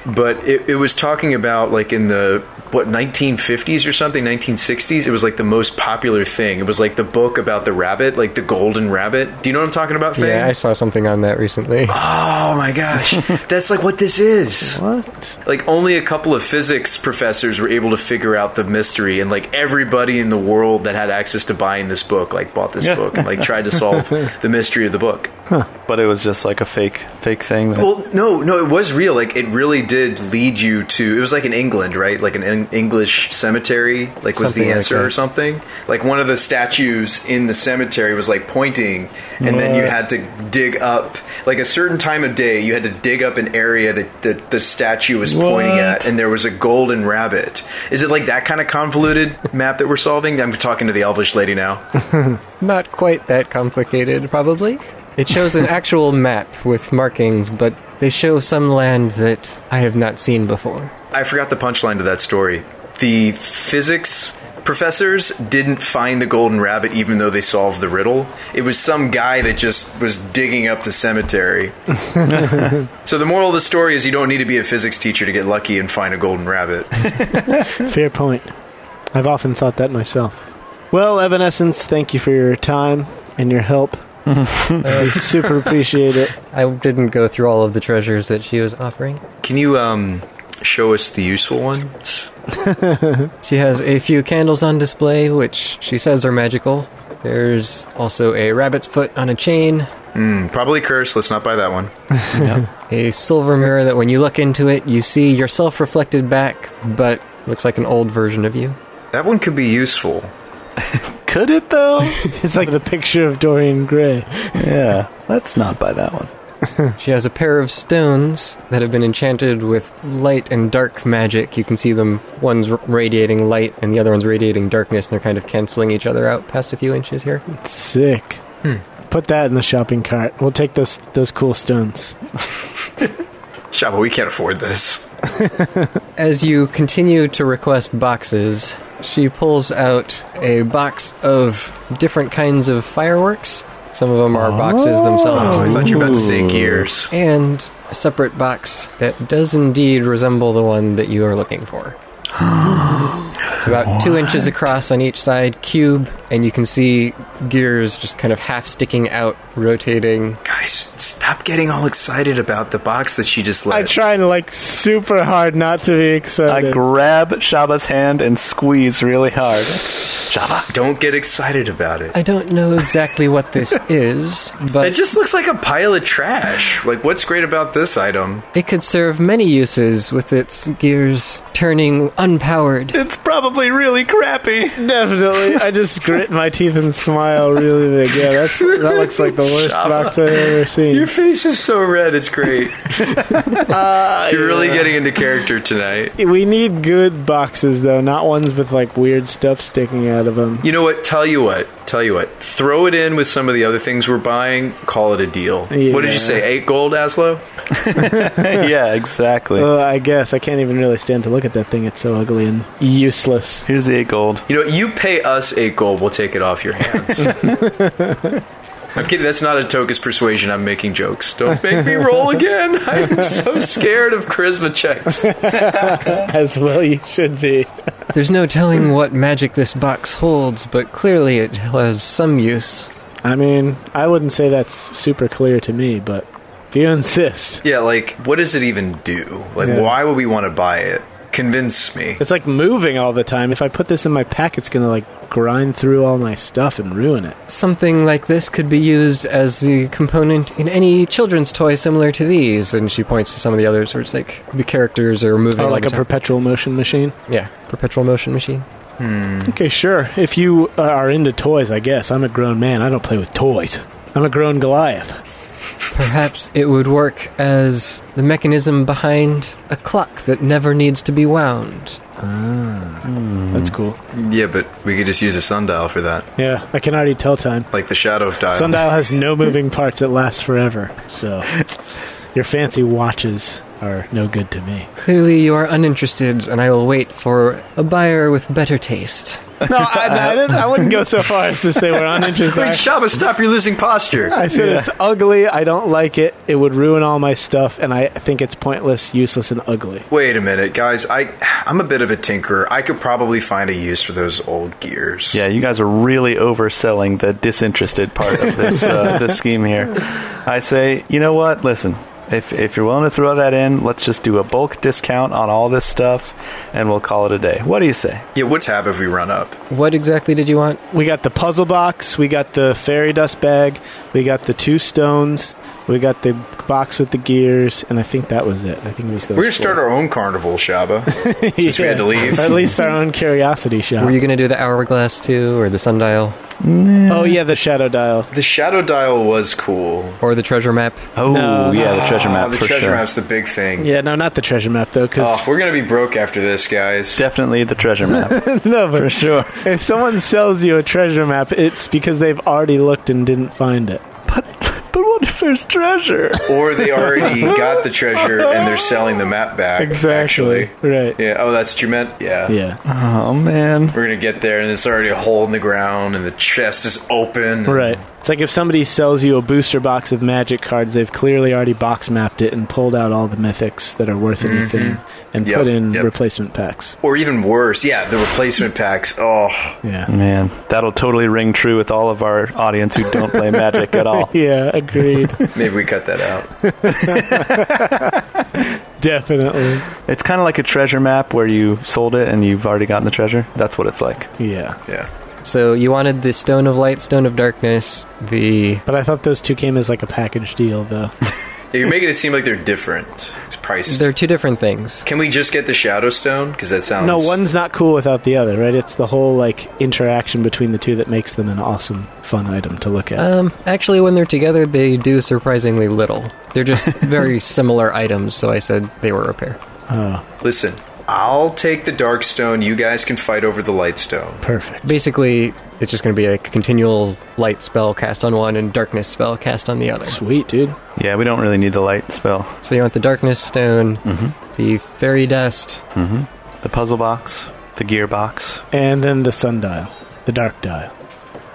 Speaker 5: but it, it was talking about like in the what 1950s or something, 1960s. It was like the most popular thing. It was like the book about the rabbit, like the golden rabbit. Do you know what I'm talking about? Thing?
Speaker 2: Yeah, I saw something on that recently.
Speaker 5: Oh my gosh, that's like what this is.
Speaker 4: What?
Speaker 5: Like only a couple of physics professors were able to figure out the mystery, and like everybody in the world that had access to buying this book, like bought this book and like tried to solve the mystery of the book.
Speaker 3: But it was just like a fake fake thing. That,
Speaker 5: Well, no, no, it was real. Like it really did lead you to. It was like in England, right? Like an Eng- English cemetery, like was
Speaker 2: Something
Speaker 5: the
Speaker 2: like
Speaker 5: answer
Speaker 2: that.
Speaker 5: or something. Like one of the statues in the cemetery was like pointing, and then you had to dig up. Like a certain time of day, you had to dig up an area that, that the statue was pointing at, and there was a golden rabbit. Is it like that kind of convoluted map that we're solving? I'm talking to the elvish lady now.
Speaker 2: Not quite that complicated, probably. It shows an actual map with markings, but they show some land that I have not seen before.
Speaker 5: I forgot the punchline to that story. The physics professors didn't find the golden rabbit even though they solved the riddle. It was some guy that just was digging up the cemetery. so the moral of the story is you don't need to be a physics teacher to get lucky and find a golden rabbit.
Speaker 4: Fair point. I've often thought that myself. Well, Evanescence, thank you for your time and your help. I super appreciate it.
Speaker 2: I didn't go through all of the treasures that she was offering.
Speaker 5: Can you um show us the useful ones?
Speaker 2: She has a few candles on display, which she says are magical. There's also a rabbit's foot on a chain,
Speaker 5: Hmm, probably cursed. Let's not buy that one.
Speaker 2: a silver mirror that when you look into it, you see yourself reflected back, but looks like an old version of you.
Speaker 5: That one could be useful.
Speaker 3: could it though?
Speaker 4: It's like the picture of Dorian Gray.
Speaker 3: yeah, let's not buy that one.
Speaker 2: She has a pair of stones that have been enchanted with light and dark magic. You can see them, one's r- radiating light and the other one's radiating darkness, and they're kind of canceling each other out past a few inches here.
Speaker 4: Sick. Put that in the shopping cart. We'll take those those cool stones.
Speaker 5: Shaba, we can't afford this.
Speaker 2: As you continue to request boxes, she pulls out a box of different kinds of fireworks. Some of them are boxes
Speaker 5: Oh, I
Speaker 2: themselves,
Speaker 5: thought you were about to say gears.
Speaker 2: and a separate box that does indeed resemble the one that you are looking for. It's about two inches across on each side, cube, and you can see gears just kind of half sticking out, rotating.
Speaker 5: Guys, stop getting all excited about the box that she just
Speaker 4: I'm
Speaker 5: left.
Speaker 4: trying like super hard not to be
Speaker 3: I
Speaker 4: excited.
Speaker 3: grab Shaba's hand and squeeze really hard. Shaba,
Speaker 5: Don't get excited about it.
Speaker 2: I don't know exactly what this is,
Speaker 5: It
Speaker 2: but
Speaker 5: just looks like a pile of trash. Like, what's great about this item?
Speaker 2: It could serve many uses with its gears turning unpowered.
Speaker 3: it's probably really crappy.
Speaker 4: Definitely. I just grit my teeth and smile really big. Yeah, that's that looks like the worst box I've ever
Speaker 5: Your
Speaker 4: seen.
Speaker 5: face is so red, it's great. You're really getting into character tonight.
Speaker 4: We need good boxes though, not ones with like weird stuff sticking out of them.
Speaker 5: You know what? Tell you what. Tell you what. Throw it in with some of the other things we're buying. Call it a deal. What did
Speaker 4: Yeah.
Speaker 5: you say? Eight gold, Aslo?
Speaker 3: yeah, exactly.
Speaker 4: Uh, I guess I can't even really stand to look at that thing. It's so ugly and useless.
Speaker 3: Here's the eight gold.
Speaker 5: You know, you pay us eight gold, we'll take it off your hands. I'm kidding. That's not a tokus persuasion. I'm making jokes. Don't make me roll again. I'm so scared of charisma checks.
Speaker 4: As well, you should be.
Speaker 2: There's no telling what magic this box holds, but clearly it has some use.
Speaker 4: I mean, I wouldn't say that's super clear to me, but if you insist,
Speaker 5: Yeah, like, what does it even do? Like,
Speaker 4: Yeah.
Speaker 5: why would we want to buy it? Convince me.
Speaker 4: it's like moving all the time. If I put this in my pack, it's gonna like grind through all my stuff and ruin it.
Speaker 2: Something like this could be used as the component in any children's toy similar to these, and she points to some of the others where it's like the characters are moving.
Speaker 4: Or
Speaker 2: all
Speaker 4: Oh, like
Speaker 2: the
Speaker 4: a
Speaker 2: time.
Speaker 4: perpetual motion machine.
Speaker 2: yeah, perpetual motion machine.
Speaker 4: Okay, sure. If you uh, are into toys, I guess. I'm a grown man. I don't play with toys. I'm a grown Goliath.
Speaker 2: Perhaps it would work as the mechanism behind a clock that never needs to be wound.
Speaker 4: Mm-hmm. That's cool.
Speaker 5: Yeah, but we could just use a sundial for that.
Speaker 4: Yeah, I can already tell time.
Speaker 5: Like the shadow dial.
Speaker 4: Sundial has no moving parts that last forever, so your fancy watches are no good to me.
Speaker 2: Clearly, you are uninterested, and I will wait for a buyer with better taste.
Speaker 4: No, I, I, didn't, I wouldn't go so far as to say we're uninterested.
Speaker 5: Wait, Shaba, stop your losing posture.
Speaker 4: I said it's ugly. I don't like it. It would ruin all my stuff, and I think it's pointless, useless, and ugly.
Speaker 5: Wait a minute, guys. I I'm a bit of a tinkerer. I could probably find a use for those old gears.
Speaker 3: Yeah, you guys are really overselling the disinterested part of this uh, this scheme here. I say, you know what? Listen, if if you're willing to throw that in, let's just do a bulk discount on all this stuff, and we'll call it a day. What do you say?
Speaker 5: Yeah, what tab have we run up?
Speaker 2: What exactly did you want?
Speaker 4: We got the puzzle box. We got the fairy dust bag. We got the two stones. We got the box with the gears, and I think that was it. I think we still.
Speaker 5: We're gonna start our own carnival, Shaba. Since we had to leave.
Speaker 4: At least our own curiosity shop.
Speaker 2: Were you going to do the hourglass too, or the sundial,
Speaker 4: oh yeah, the shadow dial.
Speaker 5: The shadow dial was cool.
Speaker 2: or the treasure map?
Speaker 3: Oh
Speaker 4: No.
Speaker 3: yeah, the treasure map
Speaker 5: Oh, the
Speaker 3: for
Speaker 5: treasure
Speaker 3: sure.
Speaker 5: map's the big thing.
Speaker 4: Yeah, no, not the treasure map though, because
Speaker 5: Oh, we're gonna be broke after this, guys.
Speaker 3: Definitely the treasure map for
Speaker 4: no, but
Speaker 3: sure.
Speaker 4: if someone sells you a treasure map, it's because they've already looked and didn't find it.
Speaker 3: But but what if there's treasure?
Speaker 5: or they already got the treasure and they're selling the map back. Actually.
Speaker 4: Right.
Speaker 5: Yeah. Oh, that's what you meant. Yeah.
Speaker 4: Yeah.
Speaker 3: Oh man.
Speaker 5: We're gonna get there and it's already a hole in the ground and the chest is open.
Speaker 4: Right. It's like if somebody sells you a booster box of magic cards, they've clearly already box mapped it and pulled out all the mythics that are worth anything and
Speaker 5: Mm-hmm. Yep,
Speaker 4: put in
Speaker 5: yep.
Speaker 4: replacement packs.
Speaker 5: Or even worse, yeah, the replacement packs. Oh,
Speaker 4: Yeah.
Speaker 3: Man, that'll totally ring true with all of our audience who don't play Magic at all.
Speaker 4: Yeah, agreed.
Speaker 5: Maybe we cut that out.
Speaker 4: Definitely.
Speaker 3: It's kind of like a treasure map where you sold it and you've already gotten the treasure. That's what it's like.
Speaker 4: Yeah.
Speaker 5: Yeah.
Speaker 2: So you wanted the stone of light, stone of darkness, the
Speaker 4: But I thought those two came as like a package deal, though.
Speaker 5: You're making it seem like they're different. It's priced.
Speaker 2: they're two different things.
Speaker 5: Can we just get the Shadow Stone? Because that sounds.
Speaker 4: No, one's not cool without the other, right? It's the whole like interaction between the two that makes them an awesome, fun item to look at.
Speaker 2: Um, actually, when they're together, they do surprisingly little. They're just very similar items, so I said they were a pair.
Speaker 5: Listen, I'll take the Dark Stone. You guys can fight over the Light Stone.
Speaker 4: Perfect.
Speaker 2: Basically, it's just going to be a continual light spell cast on one and darkness spell cast on the other.
Speaker 4: Sweet, dude.
Speaker 3: Yeah, we don't really need the light spell.
Speaker 2: So you want the darkness stone,
Speaker 4: Mm-hmm.
Speaker 2: the fairy dust,
Speaker 3: The puzzle box, the gearbox.
Speaker 4: And then the sundial, the dark dial.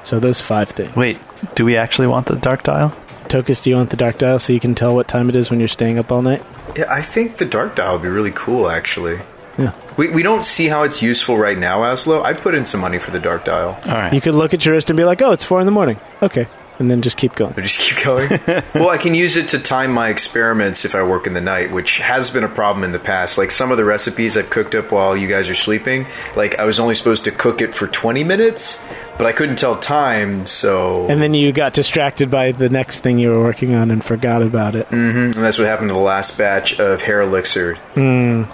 Speaker 4: So those five things.
Speaker 3: Wait, do we actually want the dark dial?
Speaker 4: Tokus, do you want the dark dial so you can tell what time it is when you're staying up all night?
Speaker 5: Yeah, I think the dark dial would be really cool, actually.
Speaker 4: Yeah.
Speaker 5: We, we don't see how it's useful right now, Aslo. I'd put in some money for the dark dial.
Speaker 3: All right.
Speaker 4: You could look at your wrist and be like, oh, it's four in the morning. Okay. And then just keep going.
Speaker 5: I just keep going. well, I can use it to time my experiments if I work in the night, which has been a problem in the past. Like some of the recipes I've cooked up while you guys are sleeping, like I was only supposed to cook it for 20 minutes, but I couldn't tell time, so
Speaker 4: And then you got distracted by the next thing you were working on and forgot about it.
Speaker 5: and that's what happened to the last batch of hair elixir.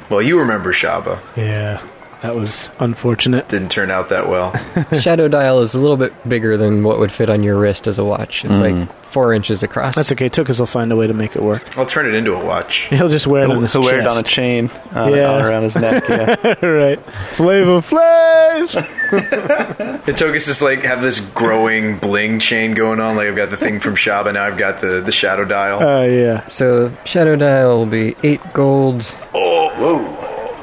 Speaker 5: Well, you remember Shaba.
Speaker 4: Yeah. That was unfortunate.
Speaker 5: Didn't turn out that well.
Speaker 2: Shadow dial is a little bit bigger than what would fit on your wrist as a watch. It's like four inches across.
Speaker 4: Mm. That's okay. Tokus will find a way to make it work.
Speaker 5: I'll turn it into a watch.
Speaker 4: He'll just wear it on his
Speaker 3: so
Speaker 4: chest.
Speaker 3: wear it on a chain, on,
Speaker 4: Yeah.
Speaker 3: on around his neck. Yeah.
Speaker 4: right. Flavor Flav!
Speaker 5: Hitogus is like have this growing bling chain going on. Like I've got the thing from Shaba, now I've got the, the shadow dial.
Speaker 4: Oh, yeah.
Speaker 2: So shadow dial will be eight gold.
Speaker 5: Oh, whoa.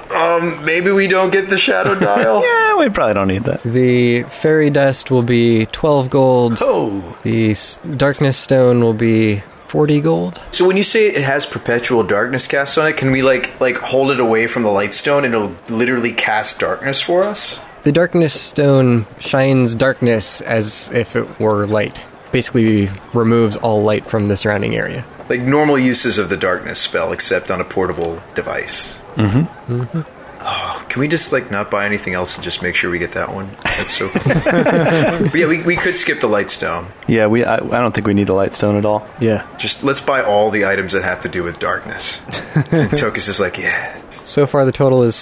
Speaker 5: Um, maybe we don't get the shadow dial.
Speaker 3: yeah, we probably don't need that.
Speaker 2: The fairy dust will be twelve gold.
Speaker 3: Oh,
Speaker 2: The s- darkness stone will be forty gold.
Speaker 5: So when you say it has perpetual darkness cast on it, can we like like hold it away from the light stone and it'll literally cast darkness for us?
Speaker 2: The darkness stone shines darkness as if it were light. Basically, removes all light from the surrounding area.
Speaker 5: Like normal uses of the darkness spell, except on a portable device. Mm-hmm. Mm-hmm. Oh, can we just like not buy anything else and just make sure we get that one? That's so cool. But yeah, we, we could skip the light stone.
Speaker 3: yeah. We. I, I don't think we need the light stone at all.
Speaker 4: Yeah.
Speaker 5: Just let's buy all the items that have to do with darkness. and Tokus is like, yeah,
Speaker 2: So far, the total is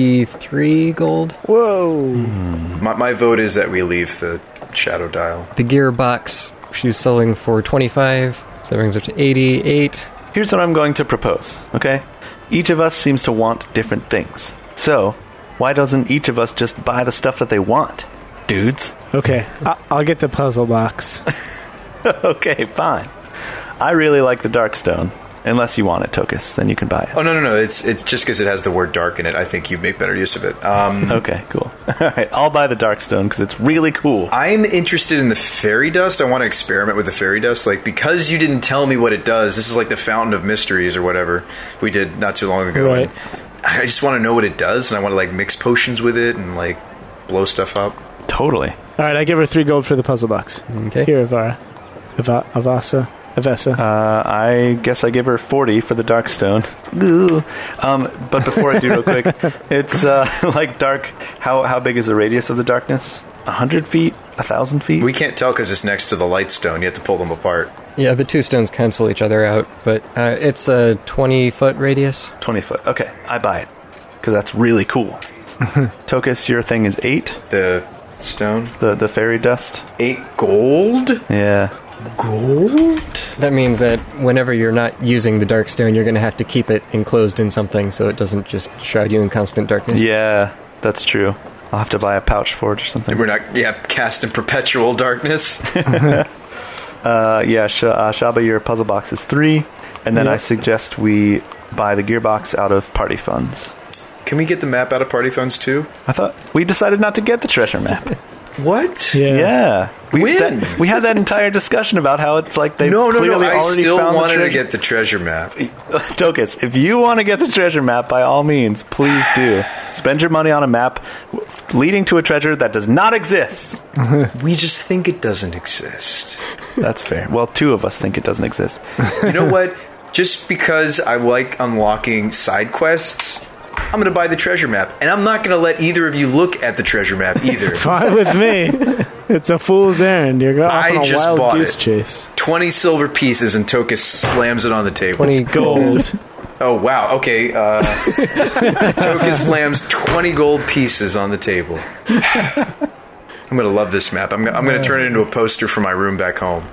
Speaker 2: sixty-three gold.
Speaker 4: Whoa.
Speaker 5: My, my vote is that we leave the shadow dial.
Speaker 2: The gearbox she's selling for 25, so that brings up to 88.
Speaker 3: Here's what I'm going to propose, okay? Each of us seems to want different things. So, why doesn't each of us just buy the stuff that they want? Dudes.
Speaker 4: Okay. I- I'll get the puzzle box.
Speaker 3: okay, fine. I really like the dark stone. Unless you want it, Tokus, then you can buy
Speaker 5: Oh
Speaker 3: it.
Speaker 5: no no no! It's it's just because it has the word dark in it. I think you make better use of it. Um,
Speaker 3: Okay, cool. All right, I'll buy the dark stone because it's really cool. Uh,
Speaker 5: I'm interested in the fairy dust. I want to experiment with the fairy dust. Like because you didn't tell me what it does. This is like the fountain of mysteries or whatever we did not too long ago.
Speaker 4: Right.
Speaker 5: And I just want to know what it does, and I want to like mix potions with it and like blow stuff up.
Speaker 3: Totally.
Speaker 4: All right, I give her three gold for the puzzle box.
Speaker 2: Okay.
Speaker 4: Here, Avara. Ava- Avasa. Avessa.
Speaker 3: Uh, I guess I give her 40 for the dark stone. Ooh. Um, but before I do, real quick, it's uh, like dark. How, how big is the radius of the darkness? 100 feet? 1,000 feet?
Speaker 5: We can't tell because it's next to the light stone. You have to pull them apart.
Speaker 2: Yeah, the two stones cancel each other out, but uh, it's a 20 foot radius.
Speaker 3: 20 foot. Okay, I buy it. Because that's really cool. Tokus, your thing is 8,
Speaker 5: The stone
Speaker 3: the, the fairy dust.
Speaker 5: eight gold
Speaker 3: Yeah.
Speaker 5: gold.
Speaker 2: That means that whenever you're not using the dark stone, you're going to have to keep it enclosed in something so it doesn't just shroud you in constant darkness.
Speaker 3: Yeah, that's true. I'll have to buy a pouch for it or something.
Speaker 5: We're not, yeah, cast in perpetual darkness.
Speaker 3: Uh, yeah, Sh- uh, Shaba, your puzzle box is 3. And then I suggest we buy the gearbox out of party funds.
Speaker 5: Can we get the map out of party phones too?
Speaker 3: I thought we decided not to get the treasure map.
Speaker 5: What?
Speaker 4: yeah.
Speaker 3: yeah. We,
Speaker 5: When?
Speaker 3: that- we had that entire discussion about how it's like they
Speaker 5: No, no, no.
Speaker 3: clearly
Speaker 5: I
Speaker 3: already
Speaker 5: still
Speaker 3: found
Speaker 5: wanted
Speaker 3: the
Speaker 5: to
Speaker 3: treasure.
Speaker 5: get the treasure map.
Speaker 3: Tokus, if you want to get the treasure map, by all means, please do. Spend your money on a map leading to a treasure that does not exist.
Speaker 5: We just think it doesn't exist.
Speaker 3: That's fair. Well, two of us think it doesn't exist.
Speaker 5: You know what? Just because I like unlocking side quests, I'm going to buy the treasure map. And I'm not going to let either of you look at the treasure map either.
Speaker 4: Fine with me. It's a fool's errand. You're off
Speaker 5: I
Speaker 4: on a
Speaker 5: just bought
Speaker 4: wild goose
Speaker 5: it.
Speaker 4: chase.
Speaker 5: 20 silver pieces and Tokus slams it on the table.
Speaker 2: 20
Speaker 4: Gold.
Speaker 5: Oh, wow. Okay. Uh, Tokus slams 20 gold pieces on the table. I'm going to love this map. I'm, go- I'm going to turn it into a poster for my room back home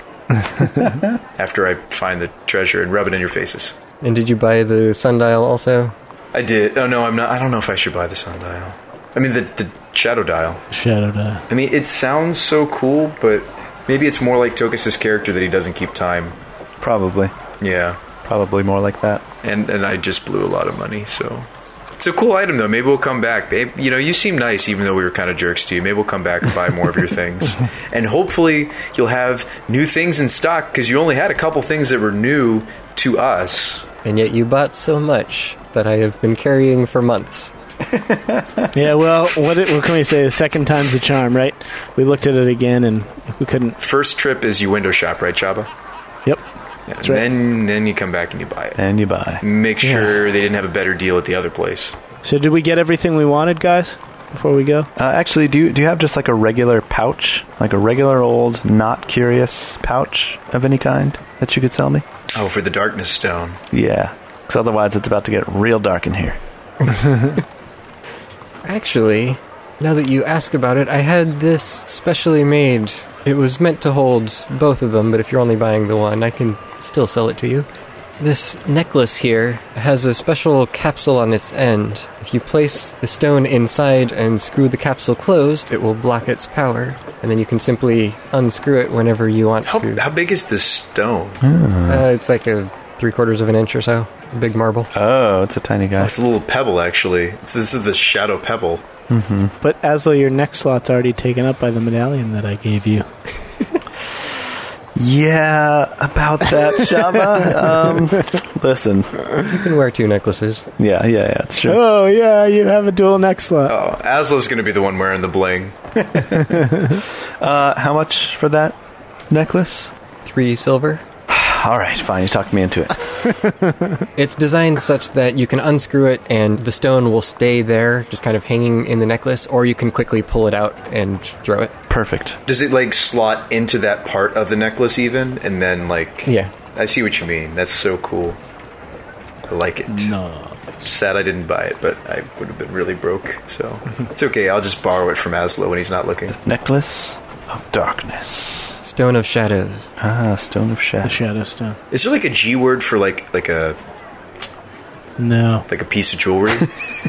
Speaker 5: after I find the treasure and rub it in your faces.
Speaker 2: And did you buy the sundial also?
Speaker 5: I did. Oh, no, I'm not. I don't know if I should buy the sundial. I mean, the, the Shadow Dial.
Speaker 4: Shadow die.
Speaker 5: I mean, it sounds so cool, but maybe it's more like Tokus' character that he doesn't keep time.
Speaker 3: Probably.
Speaker 5: Yeah.
Speaker 3: Probably more like that.
Speaker 5: And and I just blew a lot of money, so it's a cool item though. Maybe we'll come back. Babe, you know, you seem nice even though we were kind of jerks to you. Maybe we'll come back and buy more of your things. And hopefully you'll have new things in stock cuz you only had a couple things that were new to us.
Speaker 2: And yet you bought so much that I have been carrying for months.
Speaker 4: Yeah, well, what, it, what can we say? The second time's the charm, right? We looked at it again and we couldn't.
Speaker 5: First trip is you window shop, right, Chaba?
Speaker 4: Yep.
Speaker 5: Yeah,
Speaker 4: right.
Speaker 5: Then then you come back and you buy it.
Speaker 3: And you buy.
Speaker 5: Make sure they didn't have a better deal at the other place.
Speaker 4: So, did we get everything we wanted, guys, before we go?
Speaker 3: Uh, actually, do you, do you have just like a regular pouch, like a regular old, not curious pouch of any kind that you could sell me?
Speaker 5: Oh, for the darkness stone.
Speaker 3: Yeah, because otherwise it's about to get real dark in here.
Speaker 2: Actually, now that you ask about it, I had this specially made. It was meant to hold both of them, but if you're only buying the one, I can still sell it to you. This necklace here has a special capsule on its end. If you place the stone inside and screw the capsule closed, it will block its power, and then you can simply unscrew it whenever you want
Speaker 5: How,
Speaker 2: to.
Speaker 5: how big is this stone?
Speaker 2: Uh, it's like a three quarters of an inch or so, big marble.
Speaker 3: Oh, it's a tiny guy.
Speaker 5: It's a little pebble, actually. It's- This is the shadow pebble.
Speaker 4: But, Aslo, your next slot's already taken up by the medallion that I gave you.
Speaker 3: Yeah, about that, Shaba. Um, listen,
Speaker 2: You can wear two necklaces.
Speaker 3: yeah, yeah, yeah, it's true.
Speaker 4: Oh, yeah, you have a dual next slot.
Speaker 5: Oh, Aslo's going to be the one wearing the bling.
Speaker 3: Uh, how much for that necklace?
Speaker 2: Three silver.
Speaker 3: All right, fine. You talked me into it.
Speaker 2: It's designed such that you can unscrew it and the stone will stay there, just kind of hanging in the necklace, or you can quickly pull it out and throw it.
Speaker 3: Perfect.
Speaker 5: Does it like slot into that part of the necklace even, and then like?
Speaker 2: Yeah.
Speaker 5: I see what you mean. That's so cool. I like it.
Speaker 4: No.
Speaker 5: Sad I didn't buy it, but I would have been really broke. So it's okay. I'll just borrow it from Aslo when he's not looking.
Speaker 3: Necklace of darkness.
Speaker 2: Stone of Shadows.
Speaker 3: Ah, stone of
Speaker 4: The
Speaker 3: shadow.
Speaker 4: shadow stone.
Speaker 5: Is there like a G word for like like a
Speaker 4: No,
Speaker 5: like a piece of jewelry?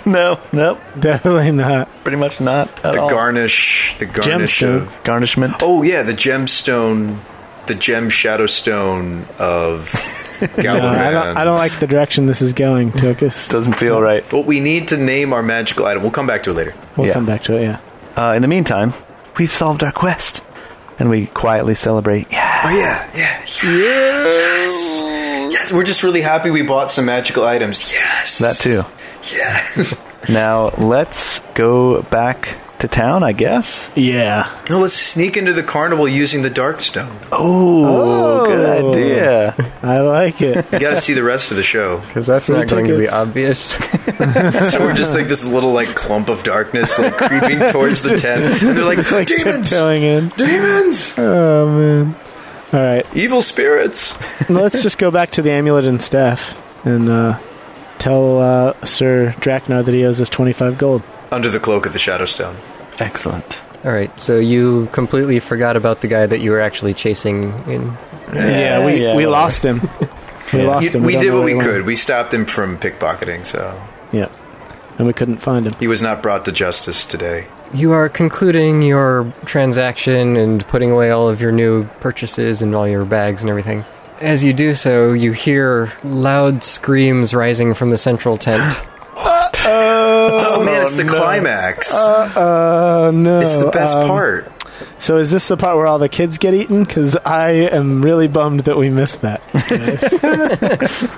Speaker 3: No, no,
Speaker 4: definitely not.
Speaker 3: pretty much not at
Speaker 5: the
Speaker 3: all.
Speaker 5: garnish. The garnish
Speaker 4: Gemstone.
Speaker 5: of.
Speaker 3: Garnishment.
Speaker 5: Oh yeah, the gemstone. The gem shadow stone of. Galvan.
Speaker 4: No, I don't. I don't like the direction this is going, Tokus.
Speaker 3: Doesn't feel right.
Speaker 5: But we need to name our magical item. We'll come back to it later.
Speaker 4: We'll
Speaker 3: Yeah.
Speaker 4: come back to it. Yeah.
Speaker 3: Uh, in the meantime, we've solved our quest, and we quietly celebrate. Yeah,
Speaker 5: Oh yeah, yeah, yes. yes, yes. We're just really happy we bought some magical items. Yes,
Speaker 3: that too.
Speaker 5: yeah.
Speaker 3: Now let's go back to town, I guess.
Speaker 4: Yeah.
Speaker 5: no, let's sneak into the carnival using the dark stone.
Speaker 3: Oh, good idea.
Speaker 4: I like it.
Speaker 5: You got to see the rest of the show.
Speaker 2: Because that's
Speaker 4: Free
Speaker 2: not going to be
Speaker 4: tickets.
Speaker 2: obvious.
Speaker 5: So we're just like this little like clump of darkness, like creeping towards the tent, and they're like,
Speaker 4: It's like
Speaker 5: demons,
Speaker 4: tiptoeing in.
Speaker 5: demons,
Speaker 4: Oh man. All right.
Speaker 5: evil spirits.
Speaker 4: Let's just go back to the amulet and staff and uh, tell uh, Sir Drachnar that he owes us twenty-five gold.
Speaker 5: Under the cloak of the shadow stone.
Speaker 3: Excellent.
Speaker 2: Alright, so you completely forgot about the guy that you were actually chasing in.
Speaker 4: Yeah, we,
Speaker 3: yeah,
Speaker 4: we
Speaker 3: whatever.
Speaker 4: lost him. We lost him.
Speaker 5: we
Speaker 4: don't
Speaker 5: did
Speaker 4: know
Speaker 5: what
Speaker 4: where
Speaker 5: we
Speaker 4: he went.
Speaker 5: could. We stopped him from pickpocketing, so
Speaker 4: Yeah. And we couldn't find him.
Speaker 5: he was not brought to justice today.
Speaker 2: You are concluding your transaction and putting away all of your new purchases and all your bags and everything. As you do so, you hear loud screams rising from the central tent.
Speaker 5: Oh, man, it's the climax.
Speaker 4: Uh, no.
Speaker 5: it's the best
Speaker 4: Oh, um,
Speaker 5: part.
Speaker 4: So is this the part where all the kids get eaten? Because I am really bummed that we missed that.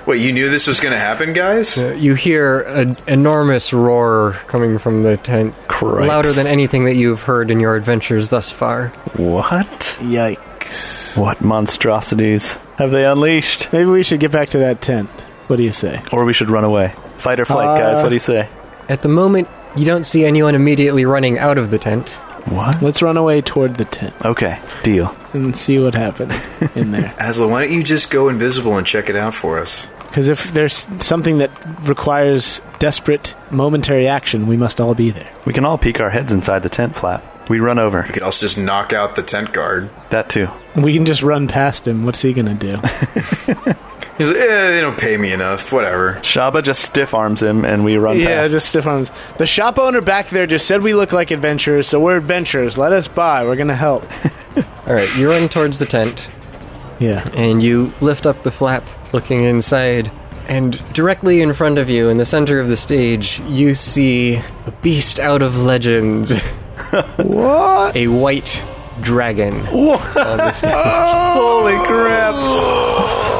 Speaker 5: Wait, you knew this was going to happen, guys?
Speaker 2: You hear an enormous roar coming from the tent,
Speaker 3: Christ.
Speaker 2: louder than anything that you've heard in your adventures thus far.
Speaker 3: What?
Speaker 4: Yikes.
Speaker 3: What monstrosities have they unleashed?
Speaker 4: Maybe we should get back to that tent. What do you say?
Speaker 3: Or we should run away. Fight or flight, guys. What do you say?
Speaker 2: At the moment, you don't see anyone immediately running out of the tent.
Speaker 3: What?
Speaker 4: Let's run away toward the tent
Speaker 3: Okay, deal.
Speaker 4: and see what happened in there.
Speaker 5: Asla, why don't you just go invisible and check it out for us?
Speaker 4: Because if there's something that requires desperate, momentary action, we must all be there.
Speaker 3: We can all peek our heads inside the tent flap. We run over.
Speaker 5: You could also just knock out the tent guard.
Speaker 3: That too.
Speaker 4: We can just run past him. What's he going to do?
Speaker 5: He's like, eh, they don't pay me enough. Whatever.
Speaker 3: Shaba just stiff arms him, and we run
Speaker 4: Yeah,
Speaker 3: past.
Speaker 4: just stiff arms. The shop owner back there just said we look like adventurers, so we're adventurers. Let us buy. We're gonna help.
Speaker 2: All right, you run towards the tent
Speaker 4: Yeah.
Speaker 2: and you lift up the flap, looking inside. And directly in front of you, in the center of the stage, you see a beast out of legend,
Speaker 4: What?
Speaker 2: a white dragon.
Speaker 3: Holy crap!